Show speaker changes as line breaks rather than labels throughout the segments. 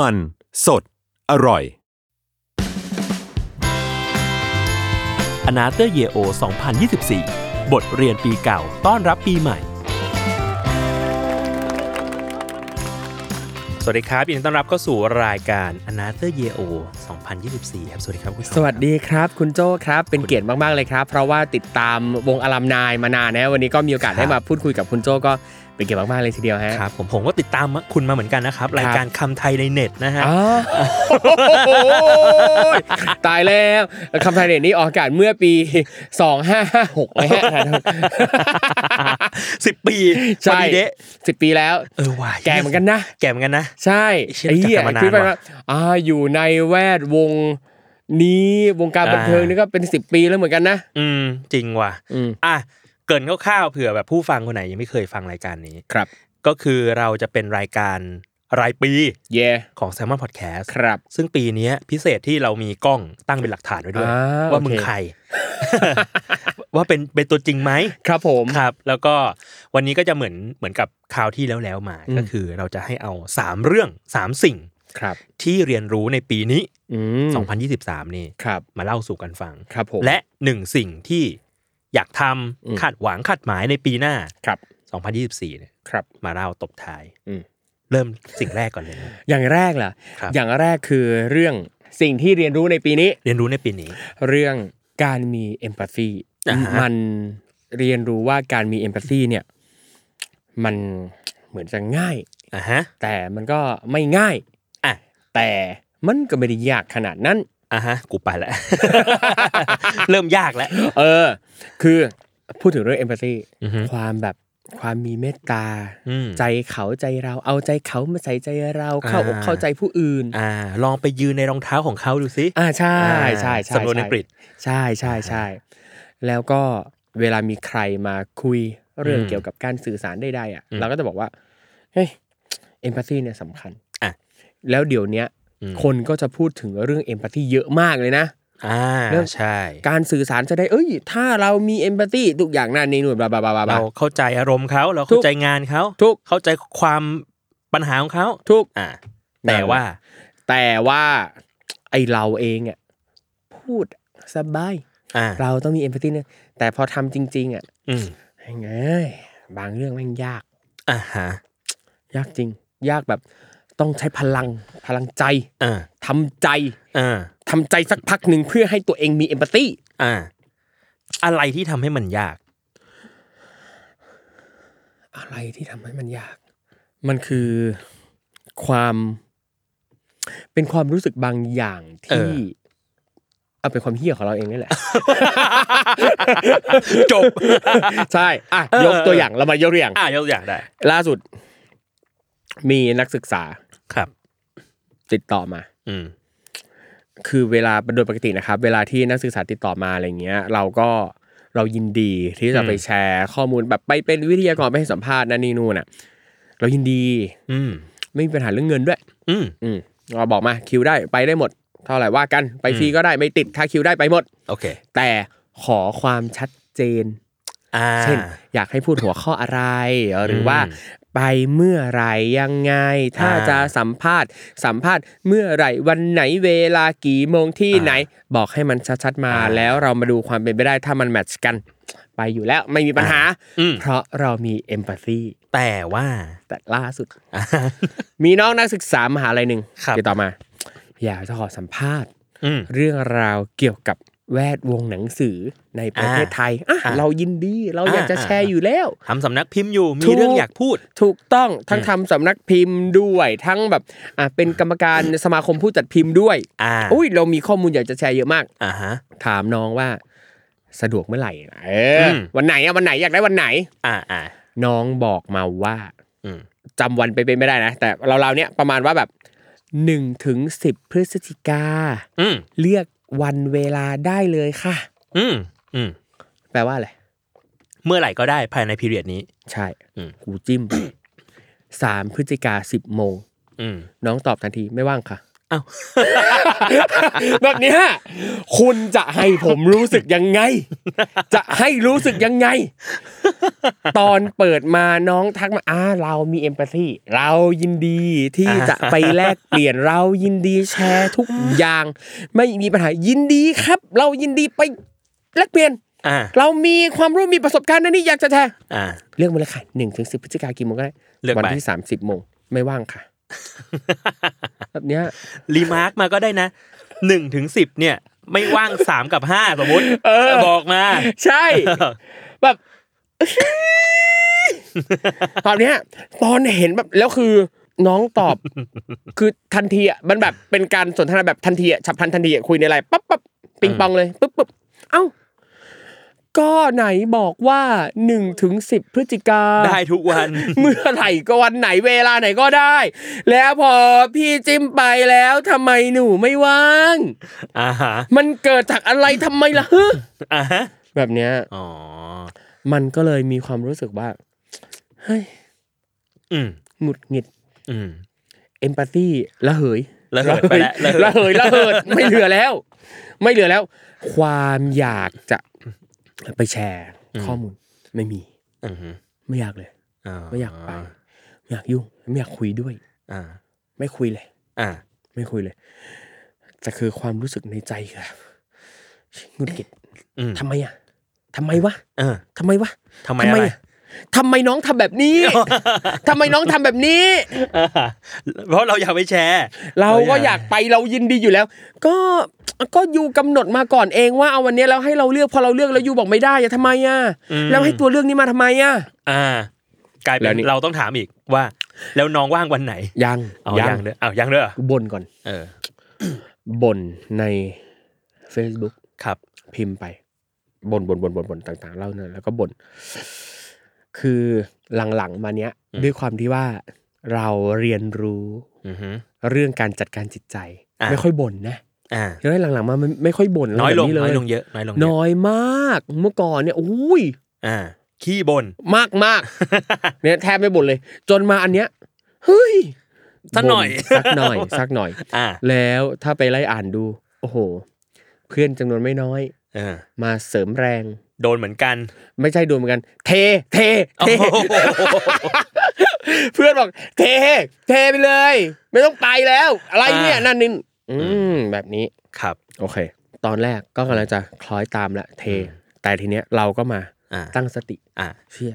มันสดอร่อย
อนาเตอร์เยโอ2024 บทเรียนปีเก่าต้อนรับปีใหม่ สวัสดีครับยินดีต้อนรับเข้าสู่รายการ a n a t h e r Year O 2024 ครับ สวัสดีครับคุณผู้ชม
สวัสดีครับ คุณโจ้ครับเป็นเกียรติมากๆเลยครับ เพราะว่าติดตามวงอลัมนายมานานนะวันนี้ก็มีโอกาสได้มาพูดคุยกับคุณโจ้ก็เป็นเกียรติมากๆเลยทีเดียวฮะ
ครับผมผมก็ติดตามคุณมาเหมือนกันนะครับ รายการคำไทยในเน็ตนะฮะ
อ๋อโอ้ยตายแล้วคำไทยเน็ตนี้ออกอากาศเมื่อปี 2556นะ ฮะ
สิบปี
ใช่
พอดีเดะ
สิบปีแล้ว
เออว่ะ
แก่เหมือนกันนะ
แก่เหมือนกันนะ
ใช่
ไอ้เชี่ย
ไอ้เหี้
รู้
ย
จักกันมานาน
คิดไป
ว่ะ
ว่าอ่าอยู่ในแวดวงนี้วงการบันเทิง
อ่านี่
นี่ก็เป็น 10 ปีแล้วเหมือนกันนะ
อืม จริงว่ะ
อืม
อ่ะเกรินคร่าวๆเผื่อแบบผู้ฟังคนไหนยังไม่เคยฟังรายการนี้
ครับ
ก็คือเราจะเป็นรายการรายปี
เย่
ของ s ซ l m o n Podcast
ครับ
ซึ่งปีเนี้ยพิเศษที่เรามีกล้องตั้งเป็นหลักฐานไว้ด้วย
อ่า
ว่ามึง
โอเค
ใคร ว่าเป็นเป็นตัวจริงไหม
ครับผม
ครับ แล้วก็วันนี้ก็จะเหมือนเหมือนกับคราวที่แล้วแล้วๆมา
อืม
ก็คือเราจะให้เอา 3 เรื่อง 3 สิ่ง
ครับ
ที่เรียนรู้ในปีนี้
อืม
2023 นี่
ครับ
มาเล่าสู่กันฟัง
ครับผม
และหนึ่งสิ่งที่อยากท
อืม
ำคาดหวังคาดหมายในปีหน้า
ครับ
2024เนี่ย
ครับ
มาเล่าตบท้าย
อืม
เริ่มสิ่งแรกก่อนเลยนะ
อย่างแรกล่ะ
ครับ
อย่างแรกคือเรื่องสิ่งที่เรียนรู้ในปีนี้
เรียนรู้ในปีนี้
เรื่องการมีเอมพัตซี
อ่าฮะ
มันเรียนรู้ว่าการมีเอมพัตซีเนี่ย มันเหมือนจะง่าย
อ่ะฮะ
แต่มันก็ไม่ง่าย
อ่ะ
แต่มันก็ไม่ได้ยากขนาดนั้น
อ่ะฮะ กูไปแล้ว เริ่มยากแล้ว
เออ คือพูดถึงเรื่องเอมพัตซี
อือฮึ
ความแบบความมีเมตตา
อืม
ใจเขาใจเราเอาใจเขามาใส่ใจเราเข้าอก
อ่า
เข้าใจผู้อื่น
อ่า ลองไปยืนในรองเท้าของเขาดูสิ
อ่าใช่
อ่า
ใช่ใช่
สำนวนอังกฤษ
ใช่ใช่ใช่แล้วก็เวลามีใครมาคุยเรื่อง
อืม
เกี่ยวกับการสื่อสารใดๆอ่ะ
อืม
เราก็จะบอกว่าเฮ้ยเอมพัตซีเนี่ยสำคัญ
อ่ะ
แล้วเดี๋ยวเนี้ย
อืม
คนก็จะพูดถึงเรื่องเอมพัตซีเยอะมากเลยนะ
อ่า
เริ่ม
ใช่
การสื่อสารจะได้เอ้ย ถ้าเรามีเอมพัตซีทุกอย่างนั่นนี่นู่นบลาบลาบลาบลา
เราเข้าใจอารมณ์เขา เรา
ทุ
เข้าก ใจงานเขา
ทุก
เข้าใจความปัญหาของเขา
ทุก
อ่า
นั่นแห
แต่
ละ
ว่า
แต่ว่าไอเราเองอ่ะพูดสบาย
อ่า
เราต้องมีเอมพัตซีเนี่ยแต่พอทำจริง ๆอ่ะ
อืม
ยังไงเอ้ยบางเรื่องแม่งยาก
อ่าฮะ
ยากจริง ยากแบบต้องใช้พลังพลังใจ
อ่า
ทำใจ
อ่า
ทำใจสักพักหนึ่งเพื่อให้ตัวเองมีเอมพัตตี
อ่า อะไรที่ทำให้มันยาก
อะไรที่ทำให้มันยาก มันคือความ เป็นความรู้สึกบางอย่างที่
เออ
เอาเป็นความเฮี้ยของเราเองนี่แหละ
จบ
ใช่อ่ะ
เออ
ยกตัวอย่างเรามายกตัวอย่าง
อ่ายกตัวอย่างได้
ล่าสุด มีนักศึกษา
ครับ
ติดต่อมา
อืม
คือเวลาโดยปกตินะครับ เวลาที่นักศึกษาติดต่อมาอะไรเงี้ย เราก็เรายินดีที่จะไปแชร์ข้อมูลแบบไปเป็นวิทยากรไปให้สัมภาษณ์นั่นนี่นู่นอ่ะ เรายินดี
อืม
ไม่มีปัญหาเรื่องเงินด้วย
อืม
อืมเราบอกมาคิวได้ไปได้หมด เท่าไหร่ว่ากันไปฟรีก็ได้ไม่ติดค่าคิวได้ไปหมด
โอเค
แต่ขอความชัดเจน
อ่า
เช่น อยากให้พูดหัวข้ออะไร หรืออ
ม
ว่าไปเมื่อไหรยังไง ถ้า
อ่า
จะสัมภาษณ์ สัมภาษณ์เมื่อไหรวันไหนเวลากี่โมงที่
อ่า
ไหน บอกให้มันชัดๆมา
อ่า
แล้วเรามาดูความเป็นไปได้ถ้ามันแมทช์กัน ไปอยู่แล้วไม่มีปัญหา
อืม
เพราะเรามีเอมพัตซี
แต่ว่า
แต่ล่าสุด มีน้องนักศึกษามหาลัยหนึ่ง
ครับ
ติดต่อมา อยากจะขอสัมภาษณ์
อืม
เรื่องราวเกี่ยวกับแวดวงหนังสือในประเทศไทยอ่ะ
อ่ะ
เรายินดีเราอยากจะ
อ่ะ
แชร์อยู่แล้ว
ทำสำนักพิมพ์อยู่ มี
ถูก
เรื่องอยากพูด
ถูกต้องทั้งทำสำนักพิมพ์ด้วยทั้งแบบอ่ะเป็นกรรมการสมาคมผู้จัดพิมพ์ด้วย
อ่า
อุ้ยเรามีข้อมูลอยากจะแชร์เยอะมาก
อ่าฮะ
ถามน้องว่าสะดวกเมื่อไหร่นะเอออ
ม
วันไหนอะวันไหนอยากได้วันไหน
อ่าอ่า
น้องบอกมาว่า
อืม
จำวันไปเป็นไม่ได้นะ แต่เราๆเนี้ยประมาณว่าแบบหนึ่งถึงสิบพฤศจิกา
อืม
เลือกวันเวลาได้เลยค่ะ
อืมอืม
แปลว่าอะไร
เมื่อไหร่ก็ได้ภายในพีเรียดนี้
ใช่
อืม
กูจิ้มไป สามพฤศจิกาสิบโมง
อืม
น้องตอบทันทีไม่ว่างค่ะ
อ้าว
แบบเนี้ยคุณจะให้ผมรู้สึกยังไง จะให้รู้สึกยังไง ตอนเปิดมาน้องทักมาอ่าเรามีเอมพัตซีเรายินดีที่จะไปแลกเปลี่ยนเรายินดีแชร์ทุกอย่าง ไม่มีปัญหายินดีครับ เรายินดีไปแลกเปลี่ยน
อ่า
เรามีความรู้มีประสบการณ์นะนี่อยากจะแชร์
อ่า
เลือกมาเลยค่ะหนึ่งถึงสิบพฤศจิกายนกี่โมงก็ได้
เลือก
วัน
ไป
ที่สามสิบโมงไม่ว่าง ค่ะ แบบเนี้ย
รีมาร์กมาก็ได้นะหนึ่งถึงสิบเนี่ย ไม่ว่างสามกับห้าสมมติ
เออ
บอกมา
ใช่ แบบ ตอนเนี้ยตอนเห็นแบบแล้วคือน้อง ตอบ คือทันทีอ่ะมันแบบเป็นการสนทนาแบบทันทีอ่ะฉับพลันทันทีอ่ะคุยในไลน์ปั๊บปั๊บปิงปองเลยปุ๊บปุ๊บเอ้า ก็ไหนบอกว่าหนึ่งถึงสิบพฤศจิกา
ได้ทุกวัน
เมื่อไหร่ก็วันไหนเวลาไหนก็ได้ แล้วพอพี่จิ้มไปแล้วทำไมหนูไม่ว่าง
อ่าฮะ
มันเกิดจากอะไรทำไมล่ะฮะ
อ่าฮะ
แบบเนี้ย
อ๋อ
มันก็เลยมีความรู้สึกว่าเฮ้ย
อืม
หงุดหงิด
อืม
เอมพัตตีละเหย
ระเหิดไปแล้ว
ละเหยละเห ยไม่เหลือแล้ว ไม่เหลือแล้ว ความอยากจะไปแชร์ข้อมูลไม่มี
อืม
ไม่อยากเลย
อ่า
ไม่อยากไปไม่อยากยุ่งไม่อยากคุยด้วย
อ่า
ไม่คุยเลย
อ่า
ไม่คุยเลยแต่คือความรู้สึกในใจคือหงุดหงิด
อืม
ทำไมอ่ะทำไมวะ
เออ
ทำไมวะ
ทำไมอะไร
อะทำไมน้องทำแบบ นี้ ทำไมน้องทำแบบนี้
อ่าเพราะเราอยากไปแชร์
เราก็อยากไปเรายินดีอยู่แล้ว ก็ก็ยูกำหนดมาก่อนเองว่าเอาวันเนี้ยแล้วให้เราเลือกพอเราเลือกแล้วยูบอกไม่ได้อะทำไมอ่ะ
อืม
แล้วให้ตัวเรื่องนี้มาทำไมอ่ะ
อ่ากลายเป็
แล้ว
น
นี่
เราต้องถามอีกว่า แล้วน้องว่างวันไหน
ยัง
เอายังเด้อเอายังเด้อ
กูบ่นก่อน
เออ
บ่นใน Facebook
ครับ
พิมพ์ไปบนบนบนบนบนต่างๆเล่าเนยแล้วก็บน คือหลังๆมาเนี้ย
อืม
ด้วยความที่ว่าเราเรียนรู้
อือฮึ
เรื่องการจัดการจิตใจ
อ่ะ
ไม่ค่อยบ่นนะ
อ่า
เฮ้ยหลังๆมามันไม่ค่อยบ่น
น้อยลง
แบบ
น้อยลง
เล
เยอะน้อยลง
ย
เยอะ
น้อยมากเมื่อก่อนเนี่ยอุ้ย
อ่า ขี้บน
มาก มากเนี่ยแทบไม่บ่นเลย จนมาอันเนี้ยเฮ้ย
สักหน่อย
บ่สัก หน่อย สักหน่อย
อ่า
แล้วถ้าไปไล่อ่านดู โอ้โห เพื่อนจำนวนไม่น้อย
เออ
มาเสริมแรง
โดนเหมือนกัน
ไม่ใช่ดูเหมือนกัน เท เท
โอ้
เท
โห
เพื่อนบอก เท เทไปเลย ไม่ต้องไปแล้ว อะไรเนี่ยนั่นนี่อืมแบบนี้
ครับ
โอเค ตอนแรกก็กำลังจะคล้อยตามละเท แต่ทีเนี้ยเราก็มา
อ่า
ตั้งสติ
อ่า
เชื่อ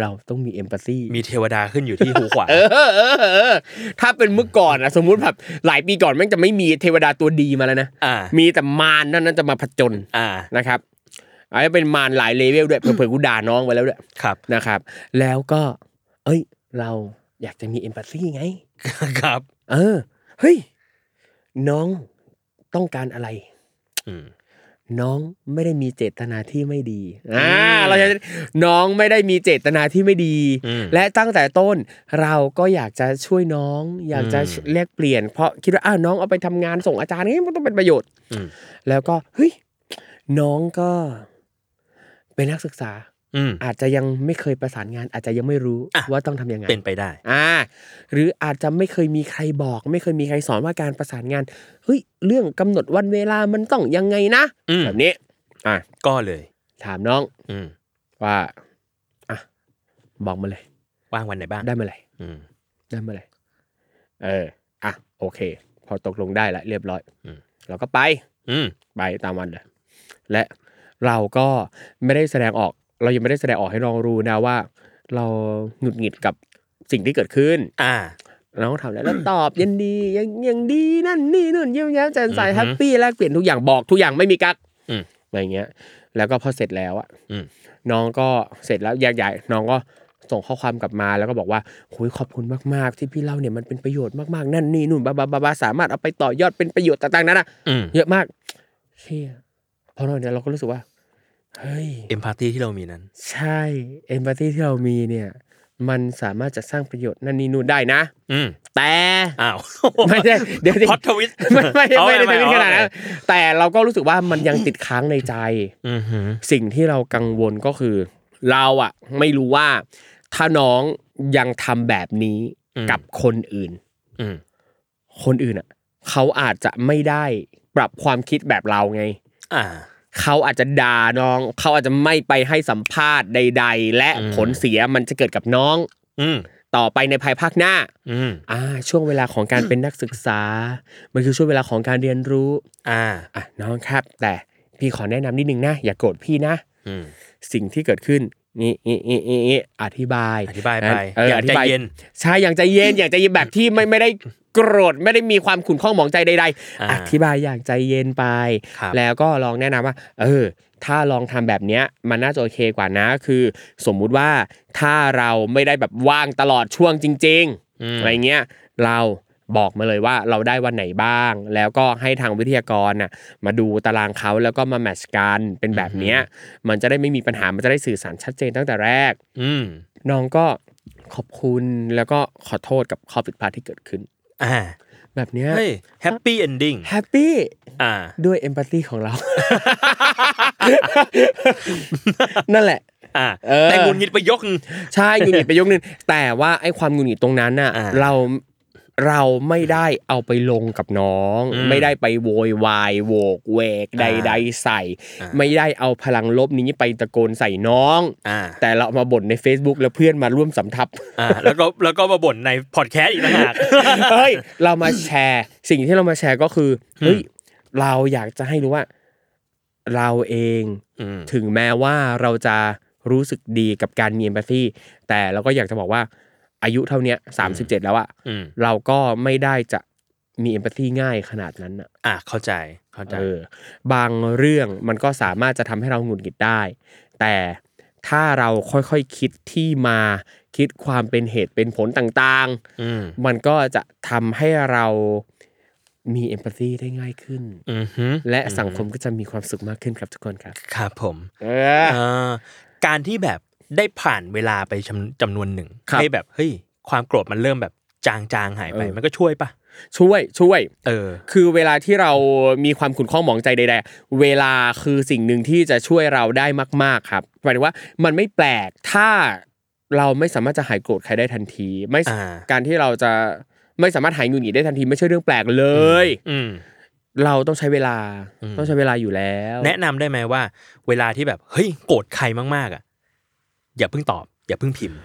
เราต้องมีเอมพัตซี
มีเทวดาขึ้นอยู่ที่หูขวา
เออเออเออ ถ้าเป็นเมื่อก่อนอะสมมุติแบบหลายปีก่อนแม่งจะไม่มีเทวดาตัวดีมาแล้วนะ
อ่า
มีแต่มารนั่นนั่นจะมาผจญ
อ่า
นะครับอันนี้เป็นมารหลายเลเวลด้วยเผื่อๆกูด่าน้องไปแล้วด้วย
ครับ
นะครับ แล้วก็ เอ้ย เราอยากจะมีเอมพัตซีไง
ครับ
เออ เฮ้ย น้องต้องการอะไร
อืม
น้องไม่ได้มีเจตนาที่ไม่ดี อ่า
อืม
เราจะน้องไม่ได้มีเจตนาที่ไม่ดี
อืม
และตั้งแต่ต้น เราก็อยากจะช่วยน้อง อยากจะ
อืม
แลกเปลี่ยน เพราะคิดว่าอ้าวน้องเอาไปทำงานส่งอาจารย์นี่มันต้องเป็นประโยชน์
อืม
แล้วก็เฮ้ยน้องก็ เป็นนักศึกษา
อืม
อาจจะยังไม่เคยประสานงาน อาจจะยังไม่รู้
อ่ะ
ว่าต้องทำยังไง
เป็นไปได้
อ่า หรืออาจจะไม่เคยมีใครบอก ไม่เคยมีใครสอนว่าการประสานงานเฮ้ยเรื่องกำหนดวันเวลามันต้องยังไงนะ
อืม
แบบนี้ อ่า
ก็เลย
ถามน้อง
อืม
ว่าอ่ะบอกมาเลย
ว่างวันไหนบ้าง
ได้เมื่อไหร่
อืม
ได้เมื่อไหร่เอออ่ะโอเค พอตกลงได้ละเรียบร้อย
อืม
เราก็ไป
อืม
ไปตามวันเลย และเราก็ไม่ได้แสดงออก เรายังไม่ได้แสดงออกให้น้องรู้นะว่า เราหงุดหงิดกับสิ่งที่เกิดขึ้น
อ่า
เราก็ทำแล้วแล้วตอบยังดียังยังดีนั่นนี่นู่นเยี่ยมแย้มแจ่มใส
อือฮึ
แฮปปี้แลกเปลี่ยนทุกอย่างบอกทุกอย่างไม่มีกัก
อืม
อะไรเงี้ย แล้วก็พอเสร็จแล้วอ่ะ
อืม
น้องก็เสร็จแล้วแยกย้ายน้องก็ส่งข้อความกลับมาแล้วก็บอกว่าโอ้ยขอบคุณมากๆ ที่พี่เล่าเนี่ยมันเป็นประโยชน์มากๆนั่นนี่นู่นบ้าบ้าบ้าบ้าสามารถเอาไปต่อยอดเป็นประโยชน์ต่างๆนั้นอ่ะ
อืม
เยอะมากเชี่ยพอเราเนี่ยเราก็รู้สึกว่าเฮ้ย
เอมพัตตีที่เรามีนั้น
ใช่เอมพัตตีที่เรามีเนี่ย มันสามารถจะสร้างประโยชน์นั่นนี่นู่นได้นะ
อืม
แต่
อ้าว
ไม่ใช่เดี๋ยวดิ
พอดทวิสต์
ไม่ไม่ได้
เอา
ไม่ได้ไม่ได้ขนาด
เอ
นั้นแต่เราก็รู้สึกว่ามันยังติดค้างในใจ
อือหือ
สิ่งที่เรากังวลก็คือ เราอะไม่รู้ว่า ถ้าน้องยังทำแบบนี้
อืม
กับคนอื่น
อืม
คนอื่นอะเขาอาจจะไม่ได้ปรับความคิดแบบเราไง
อ่า
เขาอาจจะด่าน้อง เขาอาจจะไม่ไปให้สัมภาษณ์ใด ๆ และ
อืม
ผลเสียมันจะเกิดกับน้อง
อืม
ต่อไปในภายภาคหน้า
อืม
อ่า ช่วงเวลาของการเป็นนักศึกษา มันคือช่วงเวลาของการเรียนรู้
อ่า
อ่ะน้องครับ แต่พี่ขอแนะนำนิดนึงนะอย่าโกรธพี่นะ
อืม
สิ่งที่เกิดขึ้นนี่นี่นี่นี่นี่อธิบาย
อธิบายไป
เออ
อย่า
อ
ใจ
ธิบาย
เย็น
ใช่อย่างใจเย็นอย่างใจเย็นแบบที่ไม่ไม่ได้โกรธไม่ได้มีความขุ่นข้องหมองใจใด
อ่า
ๆอธิบายอย่างใจเย็นไป
ครับ
แล้วก็ลองแนะนำว่า เออ ถ้าลองทำแบบเนี้ยมันน่าจะโอเคกว่านะ คือ สมมุติว่าถ้าเราไม่ได้แบบว่างตลอดช่วงจริง ๆ
ม
อะไรเงี้ยเราบอกมาเลยว่าเราได้วันไหนบ้าง แล้วก็ให้ทางวิทยากรน่ะมาดูตารางเขาแล้วก็มาแมทช์กันเป็นแบบเนี้ยมันจะได้ไม่มีปัญหามันจะได้สื่อสารชัดเจนตั้งแต่แรก
อืม
น้องก็ขอบคุณแล้วก็ขอโทษกับข้อผิดพลาดที่เกิดขึ้น
อ่า
แบบเนี้ย
เฮ้ยแฮปปี้เอนดิ้ง
แฮปปี้
อ่า
ด้วยเอมพัตตีของเรา นั่นแหละ
อ่า
เออ
แต่งุนงิดไปยกหนึ่ง
ใช่หงุดหงิดไปยกนึงแต่ว่าไอ้ความหงุดหงิดตรงนั้นน่ะ
อ่า
เราเราไม่ได้เอาไปลงกับน้อง
อืม
ไม่ได้ไปโวยวายโวกเวกใ
อ่า
ด ๆ ใส่
อ่า
ไม่ได้เอาพลังลบนี้ไปตะโกนใส่น้อง
อ่า
แต่เราเอามาบ่นใน Facebook แล้วเพื่อนมาร่วมสำทับ
อ่าแล้วก็แล้วก็มาบ่นในพอดแคสต์อีกต่างหาก
เฮ้ยเรามาแชร์สิ่งที่เรามาแชร์ก็คือเฮ้ยเราอยากจะให้รู้ว่า เราเอง
อืม
ถึงแม้ว่าเราจะรู้สึกดีกับการมีเอมพัตตีแต่เราก็อยากจะบอกว่าอายุเท่าเนี้สามสิบเจ็ดแล้วอะ
อืม
เราก็ไม่ได้จะมีเอมพัตตีง่ายขนาดนั้นอะ
อ่าเข้าใจเข้าใจ
เออบางเรื่องมันก็สามารถจะทำให้เราหงุดหงิดได้ แต่ถ้าเราค่อยๆคิดที่มาคิดความเป็นเหตุเป็นผลต่าง
อืม
ๆ มันก็จะทำให้เรามีเอมพัตตีได้ง่ายขึ้น
อือฮึ
และสังคมก็จะมีความสุขมากขึ้นครับทุกคนครับ
ครับผม
เอ
เอ่อการที่แบบได้ผ่านเวลาไปจำจำนวนหนึ่ง
ครับ
ให้แบบเฮ้ยความโกรธมันเริ่มแบบจางๆหายไป
เออ
มันก็ช่วยปะ
ช่วยช่วย
เออ
คือเวลาที่เรามีความขุ่นข้องหมองใจใดๆ เวลาคือสิ่งหนึ่งที่จะช่วยเราได้มาก ๆ ครับหมายถึงว่ามันไม่แปลกถ้าเราไม่สามารถจะหายโกรธใครได้ทันที ไม่ส
อ่า
การที่เราจะไม่สามารถหายหงุดหงิดได้ทันที ไม่ใช่เรื่องแปลกเลย
อืม
เราต้องใช้เวลา
อืม
ต้องใช้เวลาอยู่แล้ว
แนะนำได้ไหมว่า เวลาที่แบบเฮ้ยโกรธใครมากๆอ่ะอย่าเพิ่งตอบ อย่าเพิ่งพิมพ์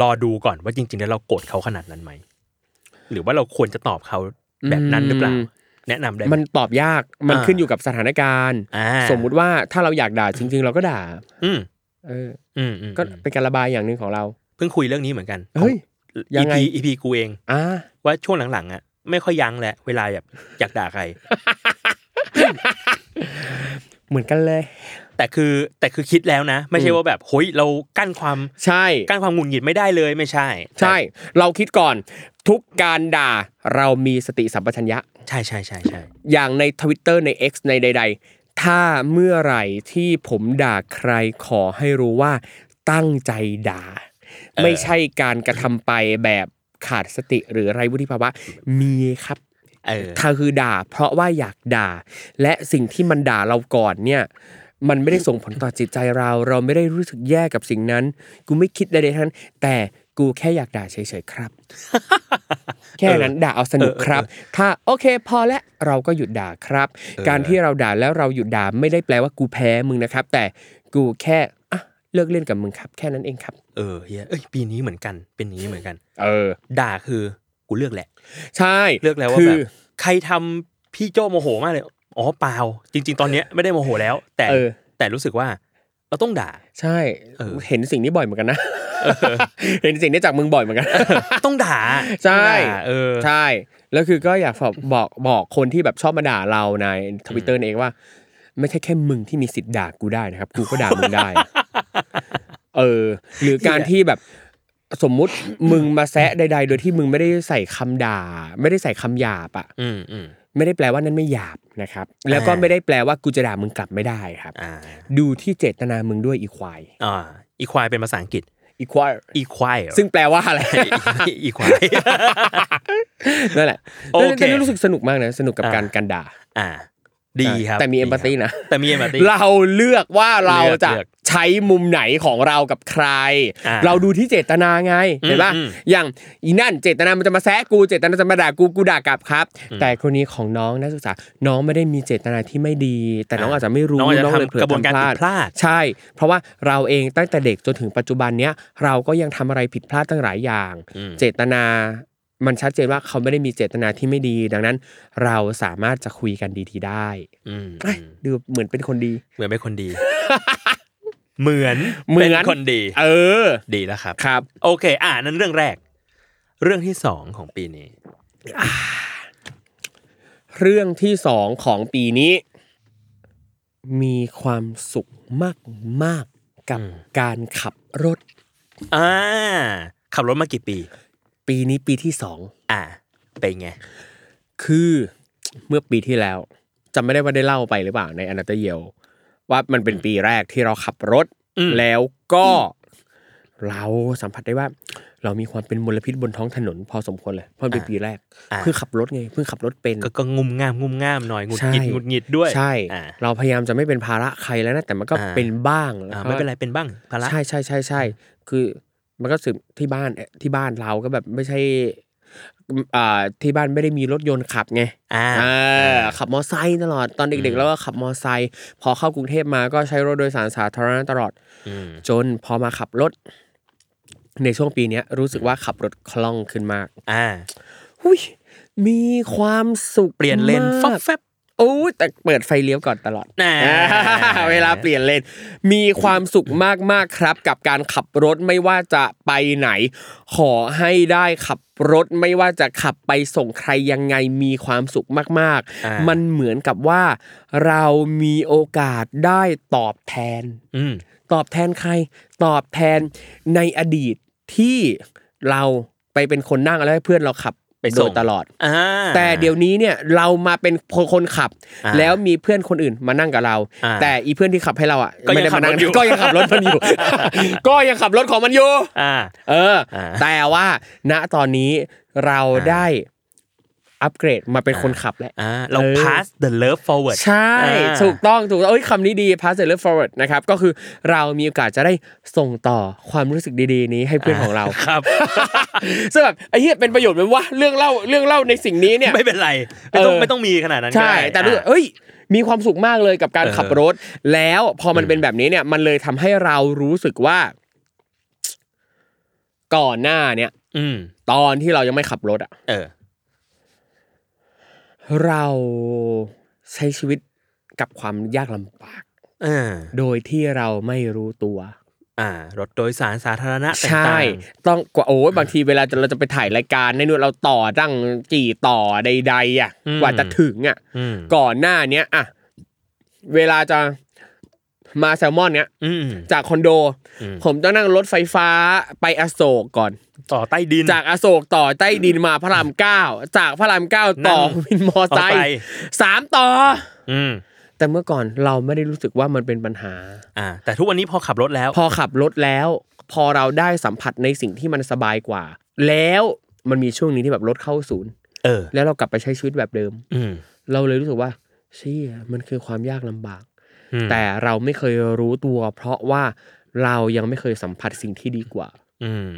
รอดูก่อนว่าจริง ๆ แล้วเราโกรธเขาขนาดนั้นไหมหรือว่าเราควรจะตอบเขาแบบนั้นหรือเปล่า แนะนำได้ไหม
มันตอบยากมัน
อ่า
ขึ้นอยู่กับสถานการณ์
อ่า
สมมุติว่าถ้าเราอยากด่าจริง ๆ เราก็ด่า
อืม
เออ
อืมอืม
ก็
อืม
เป็นการระบายอย่างหนึ่งของเรา
เพิ่งคุยเรื่องนี้เหมือนกัน
เฮ้ยยั
อี
งไง
พีอีพีกูเอง
อ่า
ว่าช่วงหลังๆอ่ะไม่ค่อยยั้งแหละเวลาแบบอยากด่าใคร
เหมือนกันเลย
แต่คือแต่คือคิดแล้วนะ ไม่ใช่ว่าแบบเฮ้ยเรากั้นความ
ใช่
กั้นความหงุดหงิดไม่ได้เลยไม่ใช่
ใช่ เราคิดก่อนทุกการด่าเรามีสติสัมปชัญญะ
ใช่ใช่ใช่ใช่
อย่างใน Twitter ใน X ในใด ๆ ถ้าเมื่อไหร่ที่ผมด่าใครขอให้รู้ว่าตั้งใจด่า ไม่ใช่การกระทำไปแบบขาดสติหรือไรวุฒิภาวะมีครับ
เออ
ถ้าคือด่า เพราะว่าอยากด่า และสิ่งที่มันด่าเราก่อนเนี่ยมันไม่ได้ส่งผลต่อจิตใจเรา เราไม่ได้รู้สึกแย่กับสิ่งนั้น กูไม่คิดใดๆทั้งนั้นแต่กูแค่อยากด่าเฉยๆครับ แค่นั้นด่าเอาสนุกครับ ถ้าโอเคพอและเราก็หยุดด่าครับ การที่เราด่าแล้วเราหยุดด่าไม่ได้แปลว่ากูแพ้มึงนะครับ แต่กูแค่อ่ะเลิกเล่นกับมึงครับ แค่นั้นเองครับ
เออเฮียเอ้ยปีนี้เหมือนกันเป็นอย่างนี้เหมือนกัน
เออ
ด่าคือกูเลือกแหละ
ใช่
เลือกแล้วว่า
คื
แบบใครทำพี่โจโมโหมากเลยอ๋อเปล่าจริง ๆ ตอนเนี้ยไม่ได้โมโหแล้ว แต่
เออ
แต่รู้สึกว่า เราต้องด่า
ใช่
เออ
เห็นสิ่งนี้บ่อยเหมือนกันนะ เห็นสิ่งนี้จากมึงบ่อยเหมือนกัน
ต้องด่า
ใช่
ต้องด่าเออ
ใช่แล้วคือก็อยากฝากบอกบอกคนที่แบบชอบมาด่าเราในทวิตเตอร์เองว่า ไม่ใช่แค่มึงที่มีสิทธิ์ด่ากูได้นะครับ กูก็ด่ามึงได้ เออ หรือการที่แบบสมมุติมึงมาแซะใด ๆ โดยที่มึงไม่ได้ใส่คำด่า ไม่ได้ใส่คำหยาบอ่ะ
อืมอืม
ไม่ได้แปลว่านั่นไม่หยาบนะครับ แล้วก็
อ่า
ไม่ได้แปลว่ากูจะด่ามึงกลับไม่ได้ครับ
อ่า
ดูที่เจตนามึงด้วยอีควาย
อ่าอีควายเป็นภาษาอังกฤษ
อีควาย
อีควาย
ซึ่งแปลว่าอะไร
อีควาย
นั่นแหละ
โอเค
แต่นี่รู้สึกสนุกมากนะ สนุกกับการการด่า
อ่า ดีครับ
แต่มีเอมพัตตี
ดีครับ
นะ
แต่มีเอมพัตตี
เราเลือกว่าเรา
เลือก
จะ
เลือก
ใช้มุมไหนของเรากับใคร
อ่า
เราดูที่เจตนาไง เห็นป่ะ
อืม
อย่างอีนั่นเจตนามันจะมาแซะกู เจตนาจะมาด่ากู กูด่ากลับครับ แต่คนนี้ของน้องนักศึกษา น้องไม่ได้มีเจตนาที่ไม่ดี แต่น้อง
อ่า
อาจจะไม่รู้
น้องอาจจะ
เลย
ทำกระบวนการผิดพลาด
ใช่ เพราะว่าเราเองตั้งแต่เด็กจนถึงปัจจุบันเนี้ยเราก็ยังทำอะไรผิดพลาดตั้งหลายอย่าง
อืม
เจตนา มันชัดเจนว่าเขาไม่ได้มีเจตนาที่ไม่ดี ดังนั้น เราสามารถจะคุยกันดีๆได้
อืม
เอ้ยดูเหมือนเป็นคนดี
เหมือนเป็นคนดี เหมือน
เหมือน
เป็นคนดี
เออ
ดีแล้วครับ
ครับ
โอเค อ่านั้นเรื่องแรก เรื่องที่สองของปีนี้
เรื่องที่สองของปีนี้ มีความสุขมากมากๆกับ
อืม
การขับรถ
อ่าขับรถมากี่ปี
ปีนี้ปีที่สอง
อ่าเป็นไง
คือเมื่อปีที่แล้วจำไม่ได้ว่าได้เล่าไปหรือเปล่าในอนาเตเยลว่ามันเป็นปีแรกที่เราขับรถ
อืม
แล้วก็ เราสัมผัสได้ว่า เรามีความเป็นมลพิษบนท้องถนน พอสมควรเลยเพราะมันเป็นปีแรก
อ่า
เพิ่งขับรถไงเพิ่งขับรถเป็น
ก็ก็งุมง่ามงุมง่ามหน่อยหงุดหงิด
ใช่
หงุดหงิดด้วย
ใช่
อ่า
เราพยายามจะไม่เป็นภาระใครแล้วนะแต่มันก็
อ่า
เป็นบ้างแล้ว
อ่า
ก็
ไม่เป็นไรเป็นบ้างภาระ
ใช่ใช่ใช่ใช่คือมันก็สืบที่บ้านเอ่อที่บ้านเราก็แบบไม่ใช่อ่าที่บ้านไม่ได้มีรถยนต์ขับไง
อ่า
เออขับมอไซค์ตลอดตอน
อื
เด็ก
ม
ๆ แล้วก็ขับมอไซค์พอเข้ากรุงเทพมาก็ใช้รถโดยสารสาธารณะตลอด
อืม
จนพอมาขับรถ ในช่วงปีเนี้ยรู้สึกว่าขับรถคล่องขึ้นมาก
อ่า
หุยมีความสุข
เปลี่ยนเลน
มาก
ฟับแฟบ
โอ้ยแต่เปิดไฟเลี้ยวก่อนตลอด
อ่า
เวลาเปลี่ยนเลนมีความสุขมากๆครับ กับการขับรถไม่ว่าจะไปไหน ขอให้ได้ขับรถไม่ว่าจะขับไปส่งใครยังไงมีความสุขมาก
อ่ามั
ๆ มันเหมือนกับว่า เรามีโอกาสได้ตอบแทน
อืม
ตอบแทนใคร ตอบแทนในอดีตที่เราไปเป็นคนนั่งแล้วให้เพื่อนเราขับ
ไปส่
โด
ง
ยตลอด
อ่า
แต่เดี๋ยวนี้เนี่ยเรามาเป็นคนขับ
อ่า
แล้วมีเพื่อนคนอื่นมานั่งกับเรา
อ่า
แต่อีเพื่อนที่ขับให้เราอ่ะ
ก็ยัง
ไม่ได้มานั่
ขับรถอยู่
ก็ยังขับรถมัน อยู่ ก็ยังขับรถของมันอยู่
อ่า
เออ
อ่า
แต่ว่าณตอนนี้เรา
อ่า
ได้อัปเกรดมาเป็นคนขับแล้ว
อ่าเรา
เออ
pass the love forward
ใช่
อ่า
ถูกต้องถูกต้องเอ้ยคำนี้ดี pass the love forward นะครับก็คือเรามีโอกาสจะได้ส่งต่อความรู้สึกดีๆ นี้ให้เพื่อนของเรา
ครับ
ซึ่งแบบไอ้เหี้ยเป็นประโยชน์ไหมวะเรื่องเล่าเรื่องเล่าในสิ่งนี้เนี่ย
ไม่เป็นไร ไม่ต้อง
เออ
ไม่ต้องมีขนาดนั้นก็
ใช่
ได้
แต่รู้สึก
อ่ะ
เอ้ยมีความสุขมากเลยกับการ
เออ
ขับรถ แล้วพอมัน
อืม
เป็นแบบนี้เนี่ยมันเลยทำให้เรารู้สึกว่า ก่อนหน้าเนี่ย
อืม
ตอนที่เรายังไม่ขับรถอ่ะ
เออ
เราใช้ชีวิตกับความยากลำบาก
อ่า
โดยที่เราไม่รู้ตัว
อ่ารถโดยสารสาธารณะต่างๆ
ใช่ ต้องกว่าโอ้ยบางทีเวลาเราจะไปถ่ายรายการในนู่นเราต่อตั้งกี่ต่อใด ๆ อ่ะ กว่าจะถึงอ่ะ
อืม
ก่อนหน้าเนี้ยอ่ะเวลาจะมาแซลมอนเนี้ย
อืม
จากคอนโด
อืม
ผมต้องนั่งรถไฟฟ้าไปอโศกก่อน
ต่อใต้ดิน
จากอโศกต่อใต้ดินมาพระรามเก้าจากพระรามเก้าต่อ
นั่ง
วินมอไซ
มอไซค์
ค์สามต่อ
อืม
แต่เมื่อก่อนเราไม่ได้รู้สึกว่ามันเป็นปัญหา
อ่า แต่ทุกวันนี้พอขับรถแล้ว
พอขับรถแล้ว พอเราได้สัมผัสในสิ่งที่มันสบายกว่า แล้วมันมีช่วงหนี้ที่แบบรถเข้าศูนย์
เออ
แล้วเรากลับไปใช้ชีวิตแบบเดิม
อืม
เราเลยรู้สึกว่าเชี่ยมันคือความยากลำบาก
อืม
แต่เราไม่เคยรู้ตัว เพราะว่าเรายังไม่เคยสัมผัสสิ่งที่ดีกว่า
อืม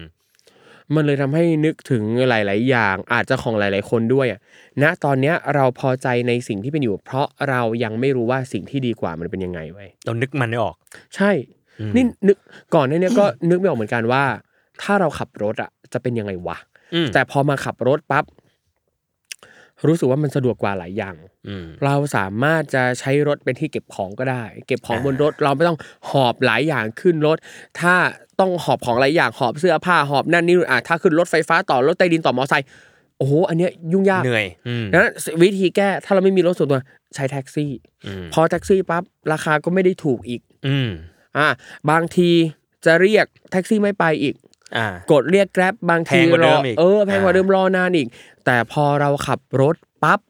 มันเลยทำให้นึกถึงหลาย ๆ อย่างอาจจะของหลาย ๆ คนด้วยอะณตอนเนี้ยเราพอใจในสิ่งที่เป็นอยู่ เพราะเรายังไม่รู้ว่าสิ่งที่ดีกว่ามันเป็นยังไงไว้ย
เรานึกมันไม่ออก
ใช่
อืม
นี่นึกก่อนหน้าเนี้ยก็ นึกไม่ออกเหมือนกันว่า ถ้าเราขับรถอะจะเป็นยังไงวะ
อืม
แต่พอมาขับรถปั๊บ รู้สึกว่ามันสะดวกกว่าหลายอย่าง
อืม
เราสามารถจะใช้รถเป็นที่เก็บของก็ได้ เก็บของ
อ่า
บนรถเราไม่ต้องหอบหลายอย่างขึ้นรถ ถ้าต้องหอบของหลายอย่างหอบเสื้อผ้าหอบนั่นนี่นู่นอ่ะถ้าขึ้นรถไฟฟ้าต่อรถใต้ดินต่อมอไซค์โอ้โหอันเนี้ยยุ่งยาก
เหนื่อยอืม
ดังนั้นวิธีแก้ถ้าเราไม่มีรถส่วนตัวใช้แท็กซี่
อืม
พอแท็กซี่ปั๊บราคาก็ไม่ได้ถูกอีก
อืม
อ่ะบางทีจะเรียกแท็กซี่ไม่ไปอีก
อ่า
กดเรียกแกร็บบางที
แพงกว่าเดิ
รอ
มอีก
เออแพงกว่าเดิมรอนานอีก แต่พอเราขับรถปั๊บ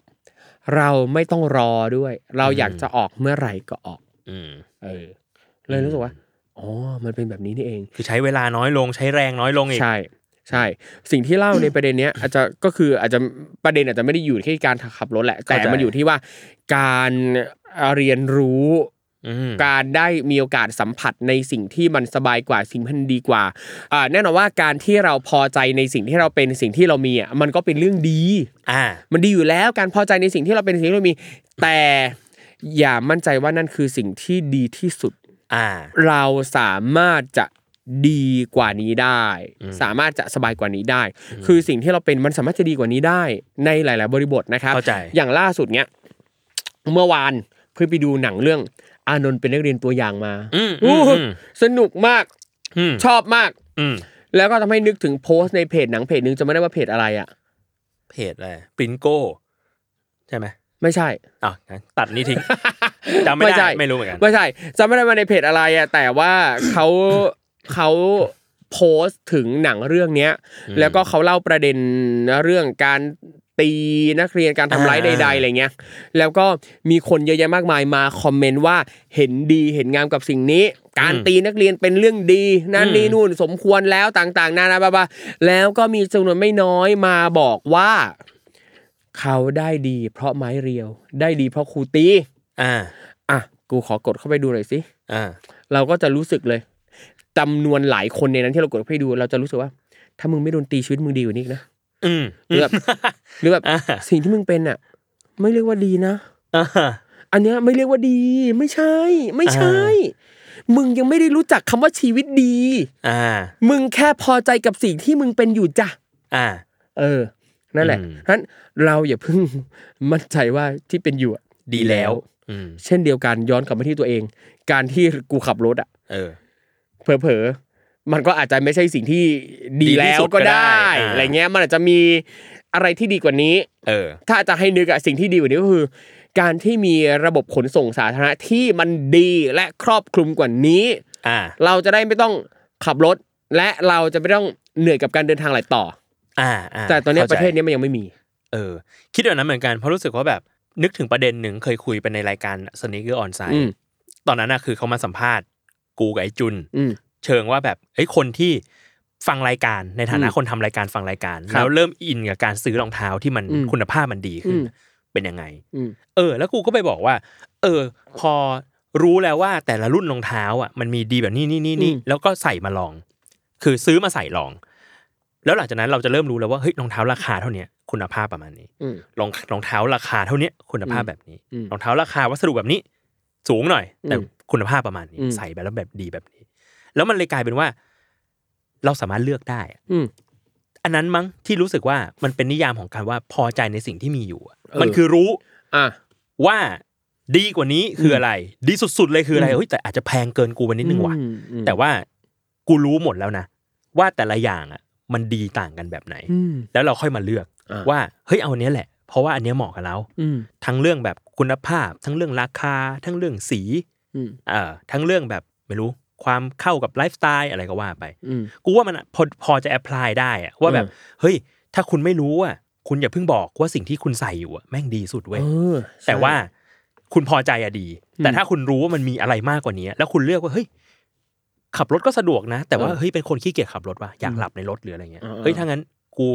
เราไม่ต้องรอด้วย เรา
อืม
อยากจะออกเมื่อไหร่ก็ออก
อืม
เออ เลยรู้สึกว่า
อืม
อ๋อมันเป็นแบบนี้นี่เอง
คือใช้เวลาน้อยลงใช้แรงน้อยลงอีก
ใช่ ใช่ สิ่งที่เล่าในประเด็นเนี้ย อาจจะก็คืออาจจะประเด็นอาจจะไม่ได้อยู่ที่การขับรถแหละ แต่
เข้าใจ
มันอยู่ที่ว่า การเรียนรู้
อืม
การได้มีโอกาสสัมผัสในสิ่งที่มันสบายกว่าสิ่งที่มันดีกว่าอ่าแน่นอนว่าการที่เราพอใจในสิ่งที่เราเป็นสิ่งที่เรามีอ่ะมันก็เป็นเรื่องดี
อ่า
มันดีอยู่แล้วการพอใจในสิ่งที่เราเป็นสิ่งที่เรามี แต่อย่ามั่นใจว่านั่นคือสิ่งที่ดีที่สุด
อ่า
เราสามารถจะดีกว่านี้ได้ สามารถจะสบายกว่านี้ได้ คือสิ่งที่เราเป็นมันสามารถจะดีกว่านี้ได้ ในหลาย ๆ บริบทนะครับ
เข้าใจ
อย่างล่าสุดเนี้ยเมื่อวานเพื่อไปดูหนังเรื่อง อานนท์เป็นนักเรียนตัวอย่างมา
อืมอืม
อู้
อืม
สนุกมาก
อืม
ชอบมาก
อืม
แล้วก็ทำให้นึกถึงโพสต์ในเพจหนังเพจหนึ่งจะไม่ได้ว่าเพจอะไรอ่ะ
เพจอะไรปรินโก้ใช่ไหม
ไม่ใช่
อ่ะงั้นตัดนี่ ทิ้ง จำไม่ได้
ใช่
ไม่รู้เหมือนกัน
ไม่ใช่จำไม่ได้ว่าในเพจอะไรอ่ะแต่ว่าเขา เขาโพสต์ถึงหนังเรื่องเนี้ย แล้วก็เขาเล่าประเด็นเรื่องการตีนักเรียนการทำร้าย
อ่า
ใดๆอะไรเงี้ย แล้วก็มีคนเยอะแยะมากมายมาคอมเมนต์ว่าเห็นดีเห็นงามกับสิ่งนี้ การตีนักเรียนเป็นเรื่องดีนั่นนี่นู่นสมควรแล้วต่างๆนานาบ้าๆแล้วก็มีจำนวนไม่น้อยมาบอกว่า เขาได้ดีเพราะไม้เรียว ได้ดีเพราะครูตี
อ่า
อ่ะกูขอกดเข้าไปดูหน่อยสิ
อ่า
เราก็จะรู้สึกเลยจำนวนหลายคนในนั้นที่เรากดเข้าไปดู เราจะรู้สึกว่า ถ้ามึงไม่โดนตีชีวิตมึงดีกว่านี้อีกนะ
อืม
หรือแบบ หรือแบบ
อ่า
สิ่งที่มึงเป็นอ่ะ ไม่เรียกว่าดีนะ
อ่า
อันเนี้ยไม่เรียกว่าดี ไม่ใช่ ไม่ใช่
อ่
มึงยังไม่ได้รู้จักคำว่าชีวิตดี
อ่า
มึงแค่พอใจกับสิ่งที่มึงเป็นอยู่จ้ะ
อ่า
เออ นั่นแหละ
อืม
นั้นเราอย่าเพิ่ง มั่นใจว่าที่เป็นอยู่อะ
ดีแล้ว อืม
เช่นเดียวกันย้อนกลับมาที่ตัวเอง การที่กูขับรถอ่ะ
เออ
เผลอๆ มันก็อาจจะไม่ใช่สิ่งที่ดี
ดีที่
แล้ว
สุด
ก็
ก็ได้
ได้
อ่า
อะไรเงี้ย มันอาจจะมีอะไรที่ดีกว่านี้
เออ
ถ้าจะให้นึกอะสิ่งที่ดีกว่านี้ก็คือ การที่มีระบบขนส่งสาธารณะที่มันดีและครอบคลุมกว่านี้
อ่า
เราจะได้ไม่ต้องขับรถ และเราจะไม่ต้องเหนื่อยกับการเดินทางหลายต่อ
อ่าอ่า
แต่ตอนเนี้ย
ข้า
ป
ใจ
ระเทศเนี้ยมันยังไม่มี
เออ คิดแบบนั้นเหมือนกัน เพราะรู้สึกว่าแบบนึกถึงประเด็นหนึ่งเคยคุยไปในรายการสนิเกอร์ออนไซ
อืม
ตอนนั้นน่ะคือเขามาสัมภาษณ์ กูกับไอ้จุน
อืม
เชิงว่าแบบเอ้ยคนที่ฟังรายการในฐานะ
อืม
คนทำรายการฟังรายการ
ครับ
แล้วเริ่มอินกับการซื้อรองเท้าที่มัน
อืม
คุณภาพมันดีขึ้น
อืม
เป็นยังไง
อืม
เออ แล้วกูก็ไปบอกว่า เออ พอรู้แล้วว่าแต่ละรุ่นรองเท้าอ่ะมันมีดีแบบนี้นี่นี่นี่
อืม
แล้วก็ใส่มาลอง คือซื้อมาใส่ลอง แล้วหลังจากนั้นเราจะเริ่มรู้แล้วว่าเฮ้ยรองเท้าราคาเท่าเนี้ยคุณภาพประมาณนี้
อืม
รองรองเท้าราคาเท่าเนี้ยคุณภาพแบบนี้
อืม
รองเท้าราคาวัสดุแบบนี้ สูงหน่อย แต่
อืม
คุณภาพประมาณนี้
อืม
ใส่ไปแล้วแบบดีแบบนี้ แล้วมันเลยกลายเป็นว่า เราสามารถเลือกได้อะ
อืม
อันนั้นมั้งที่รู้สึกว่ามันเป็นนิยามของการว่าพอใจในสิ่งที่มีอยู่อะ
เออ
มันคือรู้
อ่ะ
ว่าดีกว่านี้คืออะไร ดีสุดๆเลยคืออะไร
อืม
เฮ้ยแต่อาจจะแพงเกินกูไปนิดนึงว่ะ
อืมอืม
แต่ว่ากูรู้หมดแล้วนะ ว่าแต่ละอย่างอ่ะ มันดีต่างกันแบบไหน
อืม
แล้วเราค่อยมาเลือก
อ่า
ว่าเฮ้ยเอาอันเนี้ยแหละ เพราะว่าอันเนี้ยเหมาะกับเรา
อืม
ทั้งเรื่องแบบคุณภาพ ทั้งเรื่องราคา ทั้งเรื่องสี
อืม
เอ่อทั้งเรื่องแบบไม่รู้ความเข้ากับไลฟ์สไตล์อะไรก็ว่าไป
อืม
กูว่ามันอะพอพอจะแอพพลายได้อะว่าแบบ
อืม
เฮ้ย ถ้าคุณไม่รู้อ่ะคุณอย่าเพิ่งบอกว่าสิ่งที่คุณใส่อยู่อะแม่งดีสุดเว้ย
เออใช่
แต่ว่าคุณพอใจอะดี
อืม
แต่ถ้าคุณรู้ว่ามันมีอะไรมากกว่านี้ แล้วคุณเลือกว่าเฮ้ยขับรถก็สะดวกนะ แต่ว่า
เออ
เฮ้ยเป็นคนขี้เกียจขับรถว่ะอยาก
อืม
หลับในรถหรืออะไรเงี้ย
เออเออ
เฮ้ยถ้างั้นกู